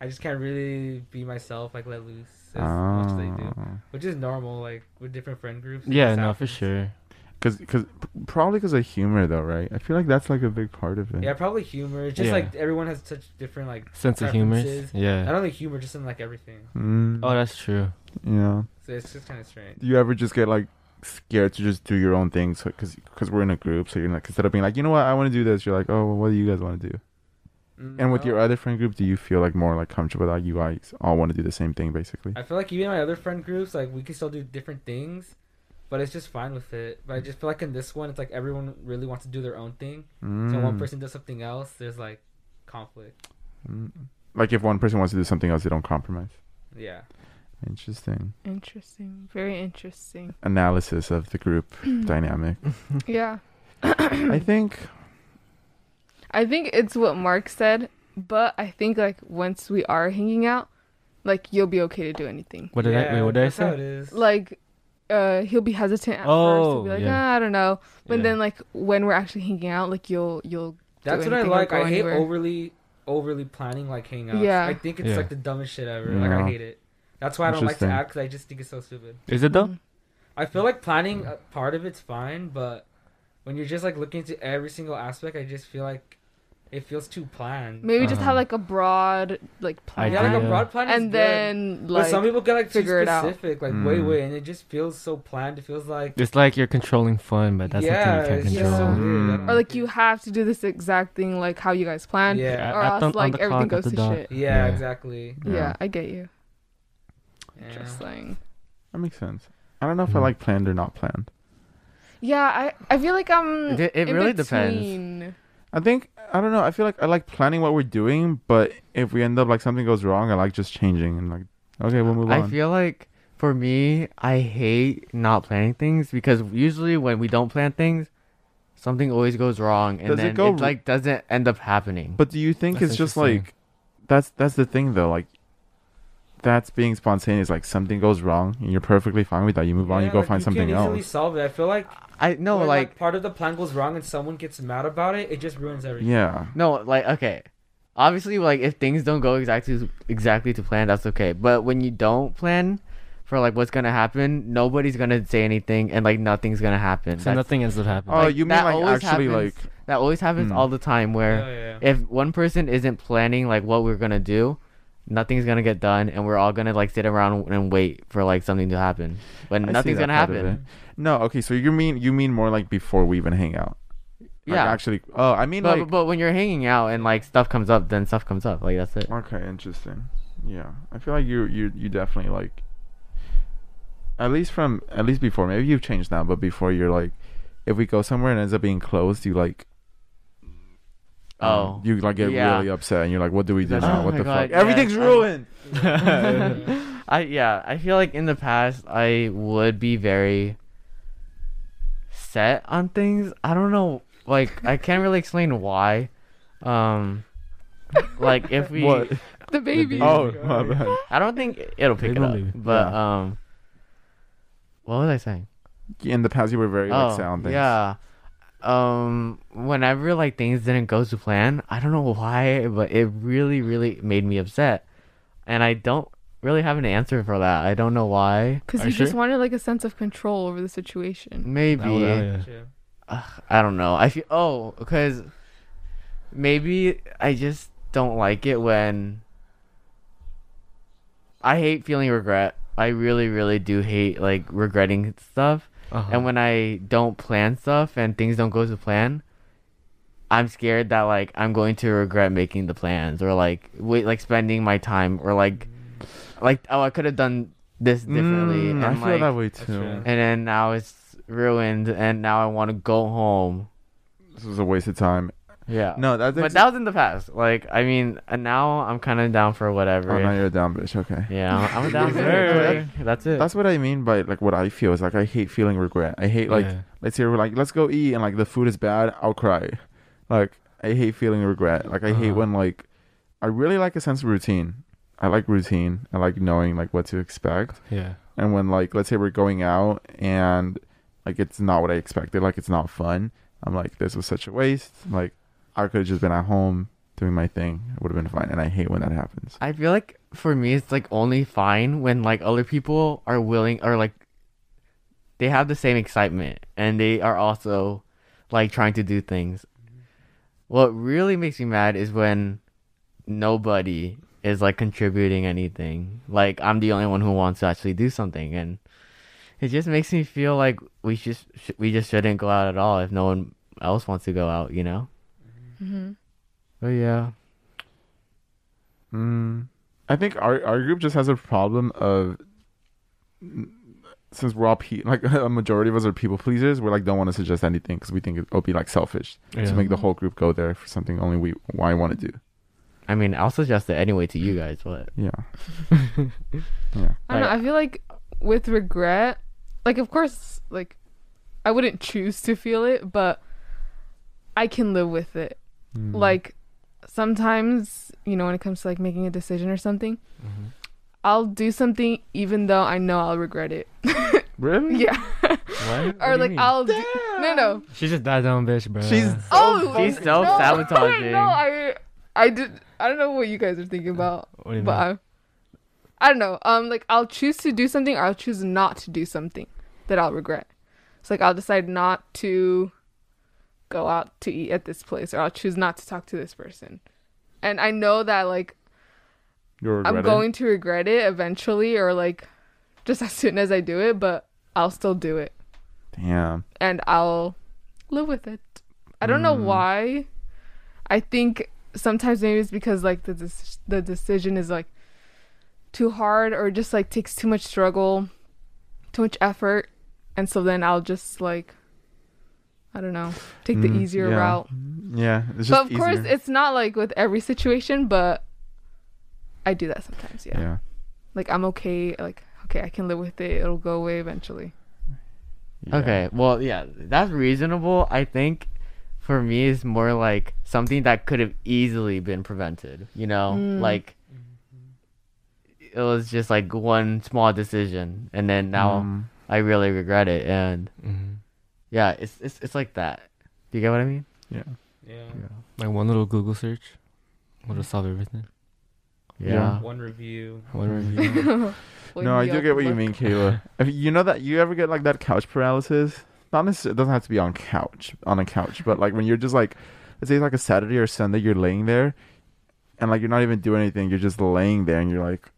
[SPEAKER 4] I just can't really be myself. Like let loose as much as I do.
[SPEAKER 5] Ah.
[SPEAKER 4] which is normal, like with different friend groups.
[SPEAKER 2] Ah. yeah
[SPEAKER 4] This
[SPEAKER 2] no for
[SPEAKER 4] happens.
[SPEAKER 2] sure
[SPEAKER 5] Because, cause, probably because of humor, though, right? I feel like that's like a big part of it.
[SPEAKER 4] Yeah, probably humor. It's just
[SPEAKER 2] Yeah.
[SPEAKER 4] like everyone has such different like.
[SPEAKER 2] sense of humor
[SPEAKER 4] Preferences. I
[SPEAKER 2] yeah
[SPEAKER 4] don't think humor, just in like everything.
[SPEAKER 5] Mm,
[SPEAKER 2] oh that's true
[SPEAKER 5] yeah.
[SPEAKER 4] So it's just kind of strange.
[SPEAKER 5] Do you ever just get like scared to just do your own thing? So, because we're in a group, so you're like instead of being like, you know what, I want to do this, you're like, oh, well, what do you guys want to do? And with your other friend group, do you feel like more like comfortable that you guys all want to do the same thing, basically?
[SPEAKER 4] I feel like even my other friend groups, like we can still do different things, but it's just fine with it. But I just feel like in this one, it's like everyone really wants to do their own thing. So one
[SPEAKER 5] Mm.
[SPEAKER 4] person does something else, there's like conflict.
[SPEAKER 5] Mm. Like if one person wants to do something else, they don't compromise.
[SPEAKER 4] Yeah.
[SPEAKER 5] Interesting
[SPEAKER 1] interesting. Very
[SPEAKER 5] (laughs)
[SPEAKER 1] interesting.
[SPEAKER 5] analysis of the group dynamic.
[SPEAKER 1] Yeah.
[SPEAKER 5] I think
[SPEAKER 1] I think it's what Mark said, but I think like once we are hanging out, like you'll be okay to do anything.
[SPEAKER 2] what did
[SPEAKER 4] yeah,
[SPEAKER 2] I wait, what did I
[SPEAKER 4] that's how it
[SPEAKER 2] say
[SPEAKER 4] is.
[SPEAKER 1] Like uh he'll be hesitant at first.
[SPEAKER 2] Oh,
[SPEAKER 1] He'll be like,
[SPEAKER 2] yeah.
[SPEAKER 1] "Ah, I don't know. But
[SPEAKER 2] Yeah.
[SPEAKER 1] then like when we're actually hanging out, like you'll you'll
[SPEAKER 4] That's
[SPEAKER 1] do
[SPEAKER 4] what I
[SPEAKER 1] anything or
[SPEAKER 4] like.
[SPEAKER 1] go
[SPEAKER 4] I hate
[SPEAKER 1] anywhere.
[SPEAKER 4] overly overly planning like hangouts.
[SPEAKER 1] Yeah.
[SPEAKER 4] I think it's
[SPEAKER 2] Yeah.
[SPEAKER 4] like the dumbest shit ever. Like I
[SPEAKER 5] Yeah.
[SPEAKER 4] hate it. That's why I don't like to
[SPEAKER 5] Interesting.
[SPEAKER 4] act. Cause I just think it's so stupid.
[SPEAKER 2] is it though
[SPEAKER 1] Mm.
[SPEAKER 4] I feel like planning a part of it's fine, but when you're just like looking into every single aspect, I just feel like it feels too planned.
[SPEAKER 1] Maybe just
[SPEAKER 2] Uh-huh.
[SPEAKER 1] have like a broad like plan.
[SPEAKER 4] yeah, like a
[SPEAKER 2] Idea.
[SPEAKER 4] broad plan, is
[SPEAKER 1] and
[SPEAKER 4] good,
[SPEAKER 1] then
[SPEAKER 4] but
[SPEAKER 1] like
[SPEAKER 4] some people get like too
[SPEAKER 1] figure it out.
[SPEAKER 4] specific, like way
[SPEAKER 5] Mm.
[SPEAKER 4] way, and it just feels so planned. It feels like
[SPEAKER 2] it's like you're controlling fun but that's
[SPEAKER 4] yeah,
[SPEAKER 2] something you
[SPEAKER 4] it's
[SPEAKER 2] can't
[SPEAKER 4] just so
[SPEAKER 2] control
[SPEAKER 4] weird. I don't
[SPEAKER 5] Mm.
[SPEAKER 1] or like
[SPEAKER 4] it.
[SPEAKER 1] you have to do this exact thing like how you guys planned
[SPEAKER 4] Yeah.
[SPEAKER 1] or
[SPEAKER 2] At- at
[SPEAKER 1] else
[SPEAKER 2] the- on
[SPEAKER 1] like
[SPEAKER 2] the
[SPEAKER 1] everything
[SPEAKER 2] clock, at
[SPEAKER 1] goes
[SPEAKER 2] the
[SPEAKER 1] to
[SPEAKER 2] dot.
[SPEAKER 1] shit.
[SPEAKER 4] Yeah,
[SPEAKER 2] Yeah.
[SPEAKER 4] exactly.
[SPEAKER 1] Yeah.
[SPEAKER 5] Yeah.
[SPEAKER 1] I get you.
[SPEAKER 4] Yeah.
[SPEAKER 1] Just saying.
[SPEAKER 5] that makes sense. I don't know if I
[SPEAKER 2] Mhm.
[SPEAKER 5] like planned or not planned.
[SPEAKER 1] Yeah, I I feel like I'm
[SPEAKER 3] It, it
[SPEAKER 1] in
[SPEAKER 3] really depends.
[SPEAKER 1] between.
[SPEAKER 5] I think I don't know. I feel like I like planning what we're doing, but if we end up like something goes wrong, I like just changing and like okay, we'll move
[SPEAKER 3] I
[SPEAKER 5] on.
[SPEAKER 3] feel like for me, I hate not planning things because usually when we don't plan things, something always goes wrong and
[SPEAKER 5] Does it
[SPEAKER 3] then
[SPEAKER 5] go
[SPEAKER 3] it like doesn't end up happening.
[SPEAKER 5] but do you think
[SPEAKER 2] That's
[SPEAKER 5] it's just
[SPEAKER 2] interesting.
[SPEAKER 5] like that's that's the thing though, like that's being spontaneous. Like something goes wrong, and you're perfectly fine with that. You move on, you
[SPEAKER 4] Yeah,
[SPEAKER 5] go
[SPEAKER 4] like,
[SPEAKER 5] find something
[SPEAKER 4] can easily
[SPEAKER 5] else.
[SPEAKER 4] solve it. I feel like
[SPEAKER 3] I no
[SPEAKER 4] when,
[SPEAKER 3] like
[SPEAKER 4] part of the plan goes wrong and someone gets mad about it, it just ruins everything.
[SPEAKER 5] Yeah,
[SPEAKER 3] No, like okay. Obviously, like if things don't go exactly exactly to plan, that's okay. But when you don't plan for like what's gonna happen, nobody's gonna say anything, and like nothing's gonna happen.
[SPEAKER 2] so
[SPEAKER 3] That's-
[SPEAKER 2] nothing ends up happening
[SPEAKER 5] Oh,
[SPEAKER 3] like,
[SPEAKER 5] you mean
[SPEAKER 3] that
[SPEAKER 5] like
[SPEAKER 3] always
[SPEAKER 5] actually
[SPEAKER 3] happens.
[SPEAKER 5] like
[SPEAKER 3] that always happens
[SPEAKER 5] Mm.
[SPEAKER 3] all the time. Where
[SPEAKER 4] Oh, yeah.
[SPEAKER 3] if one person isn't planning like what we're gonna do, nothing's gonna get done, and we're all gonna like sit around and wait for like something to happen when
[SPEAKER 5] I see
[SPEAKER 3] nothing's
[SPEAKER 5] that
[SPEAKER 3] gonna
[SPEAKER 5] part of
[SPEAKER 3] happen.
[SPEAKER 5] it. No, okay. So you mean you mean more like before we even hang out? Like,
[SPEAKER 3] Yeah,
[SPEAKER 5] actually. Oh, I mean
[SPEAKER 3] but
[SPEAKER 5] like.
[SPEAKER 3] but when you're hanging out and like stuff comes up, then stuff comes up. Like that's it.
[SPEAKER 5] Okay, interesting. Yeah, I feel like you you you definitely like. At least from at least before, maybe you've changed now, but before you're like, if we go somewhere and it ends up being closed, you like. um,
[SPEAKER 3] Oh.
[SPEAKER 5] you like get
[SPEAKER 3] yeah.
[SPEAKER 5] really upset, and you're like, "What do we do
[SPEAKER 3] That's-
[SPEAKER 5] now?
[SPEAKER 3] oh
[SPEAKER 5] what
[SPEAKER 3] my
[SPEAKER 5] the
[SPEAKER 3] God,
[SPEAKER 5] fuck?
[SPEAKER 3] yeah,
[SPEAKER 5] Everything's
[SPEAKER 2] (laughs)
[SPEAKER 3] I-
[SPEAKER 5] ruined."
[SPEAKER 3] I yeah, I feel like in the past I would be very set on things. I don't know, like I can't really explain why. Um like if (laughs) we
[SPEAKER 5] What?
[SPEAKER 1] The baby.
[SPEAKER 5] Oh my bad.
[SPEAKER 3] I don't think it'll
[SPEAKER 2] They
[SPEAKER 3] pick it
[SPEAKER 2] don't
[SPEAKER 3] up.
[SPEAKER 2] leave.
[SPEAKER 3] But um what was I saying?
[SPEAKER 5] In the past, you were very like sound things.
[SPEAKER 3] Oh, Yeah. Um whenever like things didn't go to plan, I don't know why, but it really, really made me upset. And I don't really have an answer for that. I don't know why.
[SPEAKER 1] Because
[SPEAKER 2] Are
[SPEAKER 1] you
[SPEAKER 2] you
[SPEAKER 1] just
[SPEAKER 2] sure? Mm.
[SPEAKER 1] wanted like a sense of control over the situation.
[SPEAKER 3] Maybe
[SPEAKER 2] That would- oh, yeah.
[SPEAKER 4] Yeah.
[SPEAKER 3] Ugh, I don't know. I feel oh, because maybe I just don't like it when I hate feeling regret. I really, really do hate like regretting stuff.
[SPEAKER 2] Uh-huh.
[SPEAKER 3] And when I don't plan stuff and things don't go to plan, I'm scared that like I'm going to regret making the plans or like wait like spending my time or like like oh I could have done this differently.
[SPEAKER 5] Mm,
[SPEAKER 3] and,
[SPEAKER 5] I feel
[SPEAKER 3] like,
[SPEAKER 5] that way
[SPEAKER 4] That's
[SPEAKER 5] too.
[SPEAKER 4] true.
[SPEAKER 3] and then now it's ruined and now I want to go home.
[SPEAKER 5] This was a waste of time.
[SPEAKER 3] Yeah.
[SPEAKER 5] No, that's
[SPEAKER 3] But that was in the past. Like I mean, and now I'm kind of down for whatever.
[SPEAKER 5] Oh, now you're a dumb bitch. Okay.
[SPEAKER 3] yeah, I'm- I'm down for
[SPEAKER 2] Sure.
[SPEAKER 3] it. Like, That's it.
[SPEAKER 5] That's what I mean by like what I feel is like I hate feeling regret. I hate like
[SPEAKER 2] Yeah.
[SPEAKER 5] let's say we're like let's go eat and like the food is bad, I'll cry. Like I hate feeling regret. Like I hate
[SPEAKER 2] Uh-huh.
[SPEAKER 5] when like I really like a sense of routine. I like routine. I like knowing like what to expect.
[SPEAKER 2] yeah.
[SPEAKER 5] And when like let's say we're going out and like it's not what I expected, like it's not fun. I'm like this was such a waste. Like I could have just been at home doing my thing. It would have been fine. And I hate when that happens.
[SPEAKER 3] I feel like for me, it's like only fine when like other people are willing or like they have the same excitement and they are also like trying to do things. What really makes me mad is when nobody is like contributing anything. Like I'm the only one who wants to actually do something, and it just makes me feel like we just sh- we just shouldn't go out at all if no one else wants to go out. You know?
[SPEAKER 1] hmm
[SPEAKER 3] Oh yeah.
[SPEAKER 5] Mm, I think our our group just has a problem of since we're all pe- like (laughs) a majority of us are people pleasers, we're like don't want to suggest anything because we think it'll be like selfish
[SPEAKER 2] Yeah.
[SPEAKER 5] to make the whole group go there for something only we I want to do.
[SPEAKER 3] I mean, I'll suggest it anyway to you guys, but
[SPEAKER 5] Yeah, yeah.
[SPEAKER 1] I don't know. I feel like with regret, like of course, like I wouldn't choose to feel it, but I can live with it.
[SPEAKER 2] Mm-hmm.
[SPEAKER 1] Like sometimes, you know, when it comes to like making a decision or something,
[SPEAKER 2] Mm-hmm.
[SPEAKER 1] I'll do something even though I know I'll regret it.
[SPEAKER 5] really?
[SPEAKER 1] yeah,
[SPEAKER 2] What? What do
[SPEAKER 1] or
[SPEAKER 2] you
[SPEAKER 1] like
[SPEAKER 2] mean?
[SPEAKER 1] I'll do, no no.
[SPEAKER 2] She's just that dumb bitch, bro.
[SPEAKER 5] She's so
[SPEAKER 1] Oh,
[SPEAKER 3] She's
[SPEAKER 1] no,
[SPEAKER 5] (laughs)
[SPEAKER 3] self-sabotaging.
[SPEAKER 1] No, I I did. I don't know what you guys are thinking about,
[SPEAKER 2] Uh, What do you
[SPEAKER 1] but
[SPEAKER 2] mean?
[SPEAKER 1] I, I don't know. Um, like I'll choose to do something, or I'll choose not to do something that I'll regret. It's like I'll decide not to go out to eat at this place, or I'll choose not to talk to this person. And I know that like
[SPEAKER 5] You're
[SPEAKER 1] I'm
[SPEAKER 5] regretting?
[SPEAKER 1] going to regret it eventually, or like just as soon as I do it, but I'll still do it
[SPEAKER 5] Damn.
[SPEAKER 1] and I'll live with it. I don't
[SPEAKER 5] Mm.
[SPEAKER 1] know why. I think sometimes maybe it's because like the dec- the decision is like too hard or just like takes too much struggle, too much effort, and so then I'll just like I don't know, take the
[SPEAKER 5] Mm,
[SPEAKER 1] easier
[SPEAKER 5] yeah.
[SPEAKER 1] route.
[SPEAKER 5] Yeah. It's just
[SPEAKER 1] But of course,
[SPEAKER 5] easier.
[SPEAKER 1] it's not like with every situation, but I do that sometimes. Yeah,
[SPEAKER 5] yeah.
[SPEAKER 1] like I'm okay. Like okay, I can live with it. It'll go away eventually.
[SPEAKER 5] Yeah.
[SPEAKER 3] Okay, well, yeah, that's reasonable. I think for me is more like something that could have easily been prevented. You know,
[SPEAKER 1] Mm.
[SPEAKER 3] like it was just like one small decision, and then now
[SPEAKER 5] Mm.
[SPEAKER 3] I really regret it. And
[SPEAKER 2] Mhm.
[SPEAKER 3] yeah, it's it's it's like that. Do you get what I mean?
[SPEAKER 5] Yeah.
[SPEAKER 4] Yeah.
[SPEAKER 2] like one little Google search would have solved everything.
[SPEAKER 5] Yeah.
[SPEAKER 4] One review.
[SPEAKER 2] One
[SPEAKER 5] (laughs)
[SPEAKER 2] review.
[SPEAKER 5] No, I do get what you mean,
[SPEAKER 1] (laughs)
[SPEAKER 5] Kayla. If you know that you ever get like that couch paralysis. Not necessarily. It doesn't have to be on couch on a couch, but like when you're just like, let's say it's like a Saturday or Sunday, you're laying there, and like you're not even doing anything. You're just laying there, and you're like,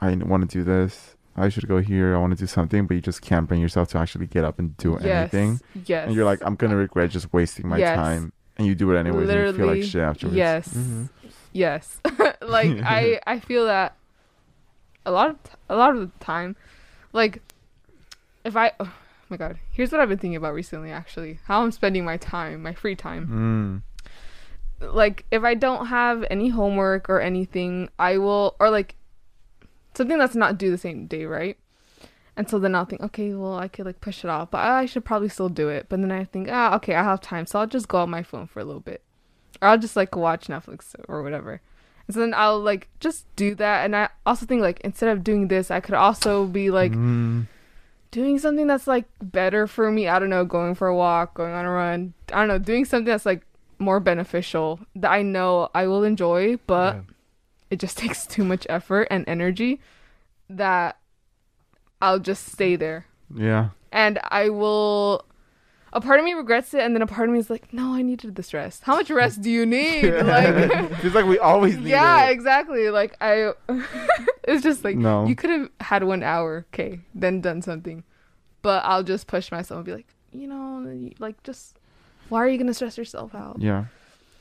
[SPEAKER 5] I want to do this. I should go here. I want to do something, but you just can't bring yourself to actually get up and do
[SPEAKER 1] Yes.
[SPEAKER 5] anything.
[SPEAKER 1] Yes.
[SPEAKER 5] And you're like, I'm gonna regret just wasting my
[SPEAKER 1] Yes.
[SPEAKER 5] time. And you do it anyways, and you feel like
[SPEAKER 1] Literally,
[SPEAKER 5] shit afterwards.
[SPEAKER 1] Yes.
[SPEAKER 2] Mm-hmm.
[SPEAKER 4] Mm-hmm.
[SPEAKER 1] Yes. (laughs) like I I feel that a lot of t- a lot of the time like if I oh my god, here's what I've been thinking about recently actually. How I'm spending my time, my free time.
[SPEAKER 5] Mm.
[SPEAKER 1] Like if I don't have any homework or anything, I will or like something that's not due the same day, right? And so then I'll think, okay, well, I could like push it off, but I should probably still do it. But then I think, ah, okay, I have time, so I'll just go on my phone for a little bit, or I'll just like watch Netflix or whatever. And so then I'll like just do that. And I also think like instead of doing this, I could also be like
[SPEAKER 5] Mm.
[SPEAKER 1] doing something that's like better for me. I don't know, going for a walk, going on a run. I don't know, doing something that's like more beneficial that I know I will enjoy, but
[SPEAKER 2] Yeah.
[SPEAKER 1] it just (laughs) takes too much effort and energy that I'll just stay there. (laughs)
[SPEAKER 5] yeah.
[SPEAKER 1] And I will a part of me regrets it, and then a part of me is like, no, I needed this rest. How much rest do you
[SPEAKER 5] (laughs)
[SPEAKER 1] need? Like, (laughs)
[SPEAKER 5] Feels like we always need
[SPEAKER 1] yeah,
[SPEAKER 5] it.
[SPEAKER 1] exactly. Like I, (laughs) it's just like
[SPEAKER 5] No.
[SPEAKER 1] you could have had one hour, okay, then done something, but I'll just push myself and be like, you know, you- like just why are you gonna stress yourself out?
[SPEAKER 5] Yeah.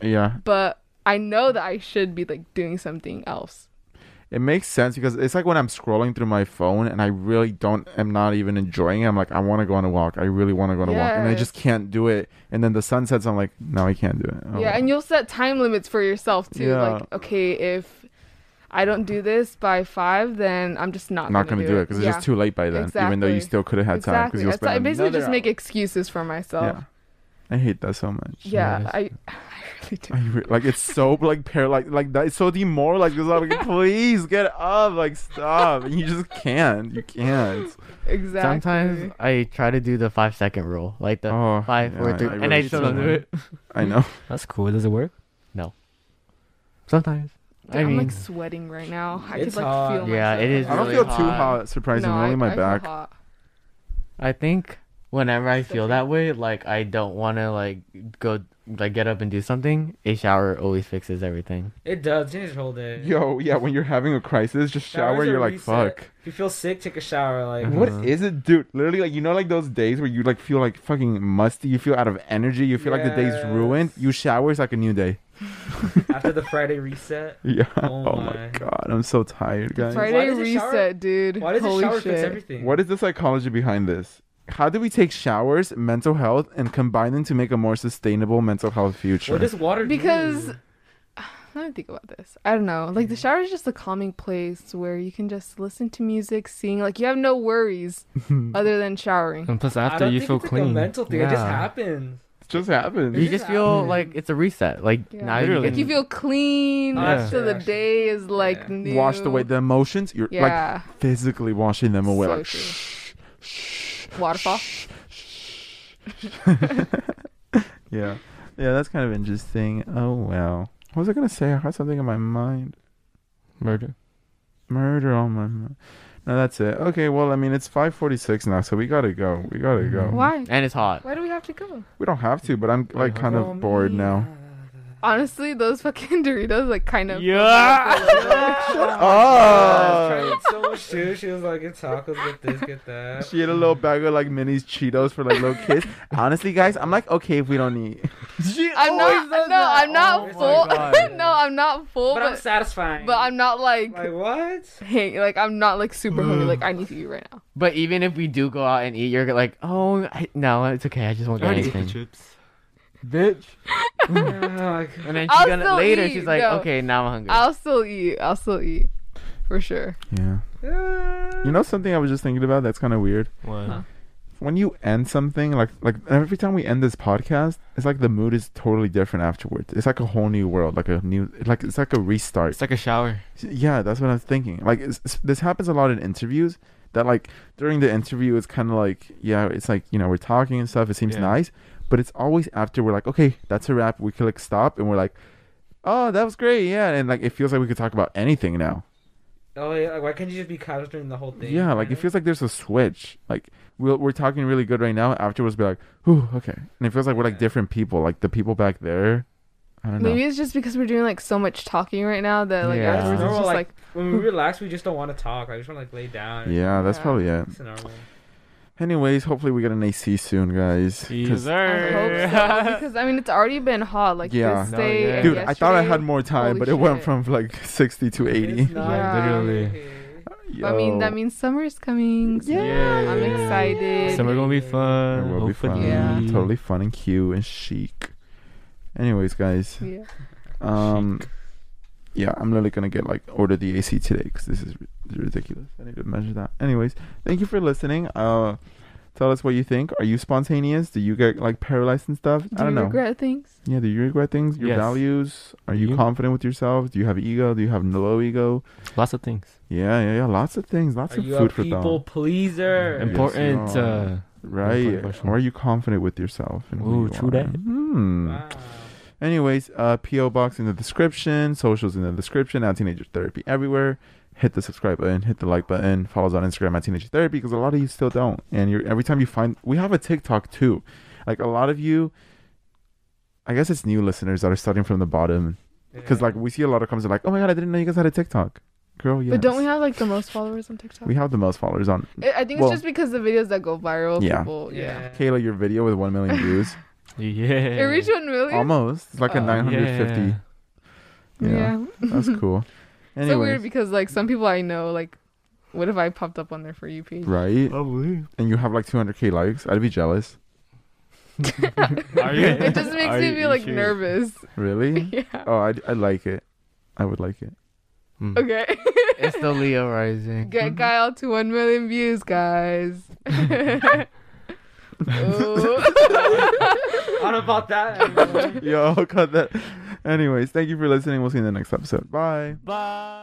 [SPEAKER 5] Yeah.
[SPEAKER 1] But I know that I should be like doing something else.
[SPEAKER 5] It makes sense because it's like when I'm scrolling through my phone and I really don't am not even enjoying it. I'm like, I want to go on a walk. I really want to go on a walk. And I
[SPEAKER 1] Yes.
[SPEAKER 5] just can't do it. And then the sun sets, I'm like, no, I can't do it. Oh,
[SPEAKER 1] Yeah, and you'll set time limits for yourself too. Like,
[SPEAKER 5] Yeah.
[SPEAKER 1] okay, if I don't do this by five, then I'm just not
[SPEAKER 5] I'm not gonna do it because it's
[SPEAKER 1] Yeah.
[SPEAKER 5] just too late by then. Even though you
[SPEAKER 1] Exactly.
[SPEAKER 5] still could have had time
[SPEAKER 1] exactly.
[SPEAKER 5] because you'll
[SPEAKER 1] That's- I
[SPEAKER 5] spend
[SPEAKER 1] basically
[SPEAKER 5] another
[SPEAKER 1] just make
[SPEAKER 5] hour.
[SPEAKER 1] excuses for myself.
[SPEAKER 5] Yeah. I hate that so much.
[SPEAKER 1] Yeah,
[SPEAKER 2] Yes.
[SPEAKER 1] I, (laughs) I really do.
[SPEAKER 5] I re- like it's so like pair like like that. It's so demoralized. Like,
[SPEAKER 1] (laughs)
[SPEAKER 5] it's like please get up, like stop. And you just can't. You can't.
[SPEAKER 1] Exactly.
[SPEAKER 3] Sometimes I try to do the five second rule, like the
[SPEAKER 5] Oh,
[SPEAKER 3] five, five,
[SPEAKER 5] yeah,
[SPEAKER 3] four,
[SPEAKER 5] I-
[SPEAKER 3] three,
[SPEAKER 5] I
[SPEAKER 3] and I
[SPEAKER 5] really
[SPEAKER 3] still don't do
[SPEAKER 5] should.
[SPEAKER 3] it.
[SPEAKER 5] I know.
[SPEAKER 2] That's cool. Does it work?
[SPEAKER 3] Sometimes.
[SPEAKER 1] Dude,
[SPEAKER 3] I
[SPEAKER 1] I'm
[SPEAKER 3] mean,
[SPEAKER 1] like sweating right now. I
[SPEAKER 4] It's
[SPEAKER 1] could like
[SPEAKER 4] hot.
[SPEAKER 1] feel
[SPEAKER 3] Yeah,
[SPEAKER 1] myself.
[SPEAKER 3] it is
[SPEAKER 5] I don't
[SPEAKER 3] really
[SPEAKER 5] feel too
[SPEAKER 3] hot.
[SPEAKER 5] hot. Surprisingly,
[SPEAKER 1] No,
[SPEAKER 5] only
[SPEAKER 1] I- I
[SPEAKER 5] my
[SPEAKER 1] feel
[SPEAKER 5] back.
[SPEAKER 1] hot.
[SPEAKER 3] I think whenever I
[SPEAKER 1] Still
[SPEAKER 3] feel that way, like I don't want to like go like get up and do something. A shower always fixes everything.
[SPEAKER 4] It does change your whole day.
[SPEAKER 5] Yo, yeah. When you're having a crisis, just
[SPEAKER 4] Showers
[SPEAKER 5] shower.
[SPEAKER 4] are
[SPEAKER 5] You're like
[SPEAKER 4] reset.
[SPEAKER 5] fuck.
[SPEAKER 4] If you feel sick, take a shower. Like
[SPEAKER 1] (laughs)
[SPEAKER 5] What
[SPEAKER 2] Uh-huh.
[SPEAKER 5] is it, dude? Literally, like you know, like those days where you like feel like fucking musty. You feel out of energy. You feel like the day's
[SPEAKER 4] Yes.
[SPEAKER 5] ruined. You shower. It's like a new day. (laughs)
[SPEAKER 4] after the Friday reset.
[SPEAKER 5] Yeah.
[SPEAKER 4] Oh
[SPEAKER 5] Oh, my.
[SPEAKER 4] my.
[SPEAKER 5] god, I'm so tired, guys.
[SPEAKER 1] Friday
[SPEAKER 4] does a shower-
[SPEAKER 1] reset, dude.
[SPEAKER 4] Why does
[SPEAKER 1] Holy
[SPEAKER 4] a shower
[SPEAKER 1] shit.
[SPEAKER 4] fix everything?
[SPEAKER 5] What is the psychology behind this? How do we take showers, mental health, and combine them to make a more sustainable mental health future?
[SPEAKER 4] What does water do?
[SPEAKER 1] Because- Let me think about this. I don't know. Like the shower is just a calming place where you can just listen to music, sing. Like you have no
[SPEAKER 3] (laughs)
[SPEAKER 1] worries other than showering.
[SPEAKER 2] And plus,
[SPEAKER 4] I
[SPEAKER 2] after
[SPEAKER 4] don't
[SPEAKER 2] you
[SPEAKER 4] think
[SPEAKER 2] feel
[SPEAKER 4] it's
[SPEAKER 2] clean.
[SPEAKER 4] Like a mental thing. It just
[SPEAKER 2] Yeah.
[SPEAKER 4] happens.
[SPEAKER 5] just happened?
[SPEAKER 4] It
[SPEAKER 3] You
[SPEAKER 4] just
[SPEAKER 3] just
[SPEAKER 4] happens.
[SPEAKER 3] feel like it's a reset. Like
[SPEAKER 1] Yeah.
[SPEAKER 3] now
[SPEAKER 2] Literally.
[SPEAKER 3] you
[SPEAKER 1] Like
[SPEAKER 3] get
[SPEAKER 1] you feel clean.
[SPEAKER 4] Oh,
[SPEAKER 2] Yeah.
[SPEAKER 1] So the
[SPEAKER 4] true,
[SPEAKER 1] day is like
[SPEAKER 4] Yeah.
[SPEAKER 1] new.
[SPEAKER 5] Wash away the emotions. You're
[SPEAKER 1] Yeah.
[SPEAKER 5] like physically washing them away.
[SPEAKER 1] So
[SPEAKER 5] like,
[SPEAKER 1] true.
[SPEAKER 5] shh, shh,
[SPEAKER 1] Waterfall.
[SPEAKER 5] shh, shh. yeah, yeah, that's kind of interesting. Oh wow, what was I gonna say? I had something in my mind.
[SPEAKER 2] Murder.
[SPEAKER 5] Murder on my mind. No, that's it. Okay, well, I mean, it's 5:46 now, so we gotta go. We gotta go.
[SPEAKER 1] Why?
[SPEAKER 3] and it's hot.
[SPEAKER 1] Why do we have to go?
[SPEAKER 5] We don't have to, but I'm like kind
[SPEAKER 4] Oh,
[SPEAKER 5] of bored now.
[SPEAKER 1] Honestly, those fucking (laughs) Doritos like kind of
[SPEAKER 4] Shut
[SPEAKER 1] Uh.
[SPEAKER 5] Oh.
[SPEAKER 4] so much too. She was like, get tacos, get this, get that.
[SPEAKER 5] She had a little bag of like minis Cheetos for like little kids. Honestly, guys, I'm like okay if we don't eat.
[SPEAKER 1] I'm not. No, I'm not
[SPEAKER 4] Oh
[SPEAKER 1] full. (laughs)
[SPEAKER 4] my God.
[SPEAKER 1] no, I'm not full.
[SPEAKER 4] But, I'm
[SPEAKER 1] But,
[SPEAKER 4] satisfying.
[SPEAKER 1] but I'm not like (laughs)
[SPEAKER 4] like, what?
[SPEAKER 1] hang. Like I'm not like super hungry. Like I need to eat right now.
[SPEAKER 3] But even if we do go out and eat, you're like, oh I, no, it's okay. I just won't
[SPEAKER 2] I
[SPEAKER 3] get
[SPEAKER 2] already ate the
[SPEAKER 3] anything.
[SPEAKER 2] chips.
[SPEAKER 5] Bitch.
[SPEAKER 4] Oh, my God.
[SPEAKER 3] And then
[SPEAKER 1] I'll
[SPEAKER 3] she's gonna
[SPEAKER 1] still
[SPEAKER 3] later.
[SPEAKER 1] eat,
[SPEAKER 3] She's like,
[SPEAKER 1] no.
[SPEAKER 3] okay, now I'm hungry.
[SPEAKER 1] I'll still eat. I'll still eat, for sure.
[SPEAKER 5] Yeah.
[SPEAKER 4] Ah.
[SPEAKER 5] You know something I was just thinking about that's kind of weird.
[SPEAKER 2] Wow.
[SPEAKER 4] Huh.
[SPEAKER 5] When you end something, like like every time we end this podcast, it's like the mood is totally different afterwards. It's like a whole new world, like a new, like it's like a restart.
[SPEAKER 2] It's like a shower.
[SPEAKER 5] Yeah, that's what I was thinking. Like it's, it's- this happens a lot in interviews. That like during the interview, it's kind of like yeah, it's like you know we're talking and stuff. It seems
[SPEAKER 2] Yeah.
[SPEAKER 5] nice, but it's always after we're like okay, that's a wrap. We click stop and we're like, oh, that was great, yeah, and like it feels like we could talk about anything now.
[SPEAKER 4] Oh, yeah. Like, why can't you just be casual during the whole thing?
[SPEAKER 5] yeah, like it feels like there's a switch. Like we'll, we're talking really good right now. Afterwards, be like, whew, okay, and it feels like we're like
[SPEAKER 4] Yeah.
[SPEAKER 5] different people. Like the people back there, I don't know.
[SPEAKER 1] Maybe it's just because we're doing like so much talking right now that like
[SPEAKER 3] Yeah.
[SPEAKER 1] afterwards it's
[SPEAKER 4] Normal,
[SPEAKER 1] just
[SPEAKER 4] like-
[SPEAKER 1] like,
[SPEAKER 4] when we relax, we just don't want to talk. I just want to like lay down.
[SPEAKER 5] yeah, that's
[SPEAKER 1] Yeah.
[SPEAKER 5] probably it.
[SPEAKER 4] It's normal.
[SPEAKER 5] Anyways, hopefully we get an AC soon, guys. 'cause-
[SPEAKER 1] I hope so because I mean it's already been hot like
[SPEAKER 5] Yeah.
[SPEAKER 4] Oh,
[SPEAKER 1] this
[SPEAKER 2] No,
[SPEAKER 1] day.
[SPEAKER 2] yeah.
[SPEAKER 1] and
[SPEAKER 5] Dude, I thought I had
[SPEAKER 1] yesterday.
[SPEAKER 5] more time,
[SPEAKER 1] Holy
[SPEAKER 5] but it went
[SPEAKER 1] shit.
[SPEAKER 5] from like 60 to 80.
[SPEAKER 4] It's not
[SPEAKER 1] Yeah.
[SPEAKER 2] Literally.
[SPEAKER 4] okay.
[SPEAKER 1] But I mean that means summer's coming. so
[SPEAKER 2] (laughs) Yeah.
[SPEAKER 1] I'm excited.
[SPEAKER 2] Summer gonna be fun.
[SPEAKER 5] it will be fun.
[SPEAKER 2] hopefully.
[SPEAKER 1] Yeah.
[SPEAKER 5] Totally fun and cute and chic. Anyways, guys,
[SPEAKER 1] Yeah.
[SPEAKER 5] um, yeah, I'm literally gonna get like order the AC today because this is ri- ridiculous. I need to measure that. Anyways, thank you for listening. Uh, tell us what you think. Are you spontaneous? Do you get like paralyzed and stuff?
[SPEAKER 1] Do
[SPEAKER 5] I don't
[SPEAKER 1] you
[SPEAKER 5] know.
[SPEAKER 1] regret things?
[SPEAKER 5] Yeah, do you regret things? Your
[SPEAKER 2] Yes.
[SPEAKER 5] values? Are you
[SPEAKER 2] You?
[SPEAKER 5] confident with yourself? Do you have ego? Do you have low ego?
[SPEAKER 2] Lots of things.
[SPEAKER 5] Yeah, yeah, yeah. Lots of things. Lots
[SPEAKER 4] Are
[SPEAKER 5] of
[SPEAKER 4] you a
[SPEAKER 5] food for
[SPEAKER 4] people
[SPEAKER 5] thought.
[SPEAKER 4] pleaser?
[SPEAKER 5] Yes,
[SPEAKER 2] Important.
[SPEAKER 5] you are.
[SPEAKER 2] uh,
[SPEAKER 5] Right.
[SPEAKER 2] Important question.
[SPEAKER 5] Or are you confident with yourself? and who
[SPEAKER 2] Ooh,
[SPEAKER 5] you
[SPEAKER 2] true
[SPEAKER 5] are?
[SPEAKER 2] that.
[SPEAKER 5] Hmm.
[SPEAKER 4] Wow.
[SPEAKER 5] Anyways, uh, PO box in the description, socials in the description. At Teenager Therapy everywhere. Hit the subscribe button. Hit the like button. Follow us on Instagram at Teenager Therapy because a lot of you still don't. And you're every time you find we have a TikTok too. Like a lot of you, I guess it's new listeners that are starting from the bottom because like we see a lot of comments like, oh my god, I didn't know you guys had a TikTok, girl. Yes.
[SPEAKER 1] But don't we have like the most followers on TikTok?
[SPEAKER 5] We have the most followers on
[SPEAKER 1] I I think
[SPEAKER 5] Well-
[SPEAKER 1] it's just because the videos that go viral,
[SPEAKER 5] Yeah.
[SPEAKER 1] people, yeah.
[SPEAKER 5] Kayla. Your video with one
[SPEAKER 1] (laughs)
[SPEAKER 5] million views,
[SPEAKER 2] uh, Yeah.
[SPEAKER 1] It reached one million.
[SPEAKER 5] almost it's like a
[SPEAKER 1] Oh,
[SPEAKER 5] nine hundred fifty.
[SPEAKER 2] Yeah.
[SPEAKER 1] yeah.
[SPEAKER 5] that's cool.
[SPEAKER 1] (laughs) so
[SPEAKER 5] Anyway,
[SPEAKER 1] weird because like some people I know, like, what if I popped up on their for you (laughs) page?
[SPEAKER 5] right? And you have like two hundred k likes. I'd be jealous.
[SPEAKER 2] Are you?
[SPEAKER 1] It just makes
[SPEAKER 2] Are
[SPEAKER 1] me
[SPEAKER 2] you-
[SPEAKER 1] feel
[SPEAKER 2] you
[SPEAKER 1] like
[SPEAKER 2] sure?
[SPEAKER 1] nervous. (laughs)
[SPEAKER 5] Really?
[SPEAKER 1] yeah.
[SPEAKER 5] Oh, I'd, I'd like it. I would like it.
[SPEAKER 2] Mm.
[SPEAKER 1] Okay.
[SPEAKER 3] It's the Leo rising.
[SPEAKER 1] (laughs)
[SPEAKER 2] Mm-hmm.
[SPEAKER 1] Get Kyle to one million views, guys.
[SPEAKER 5] (laughs)
[SPEAKER 1] (laughs)
[SPEAKER 2] (laughs)
[SPEAKER 1] Ooh.
[SPEAKER 4] I don't know about that.
[SPEAKER 1] (laughs)
[SPEAKER 5] (laughs) Yo, cut that. Anyways, thank you for listening. We'll see you in the next episode. Bye.
[SPEAKER 2] Bye.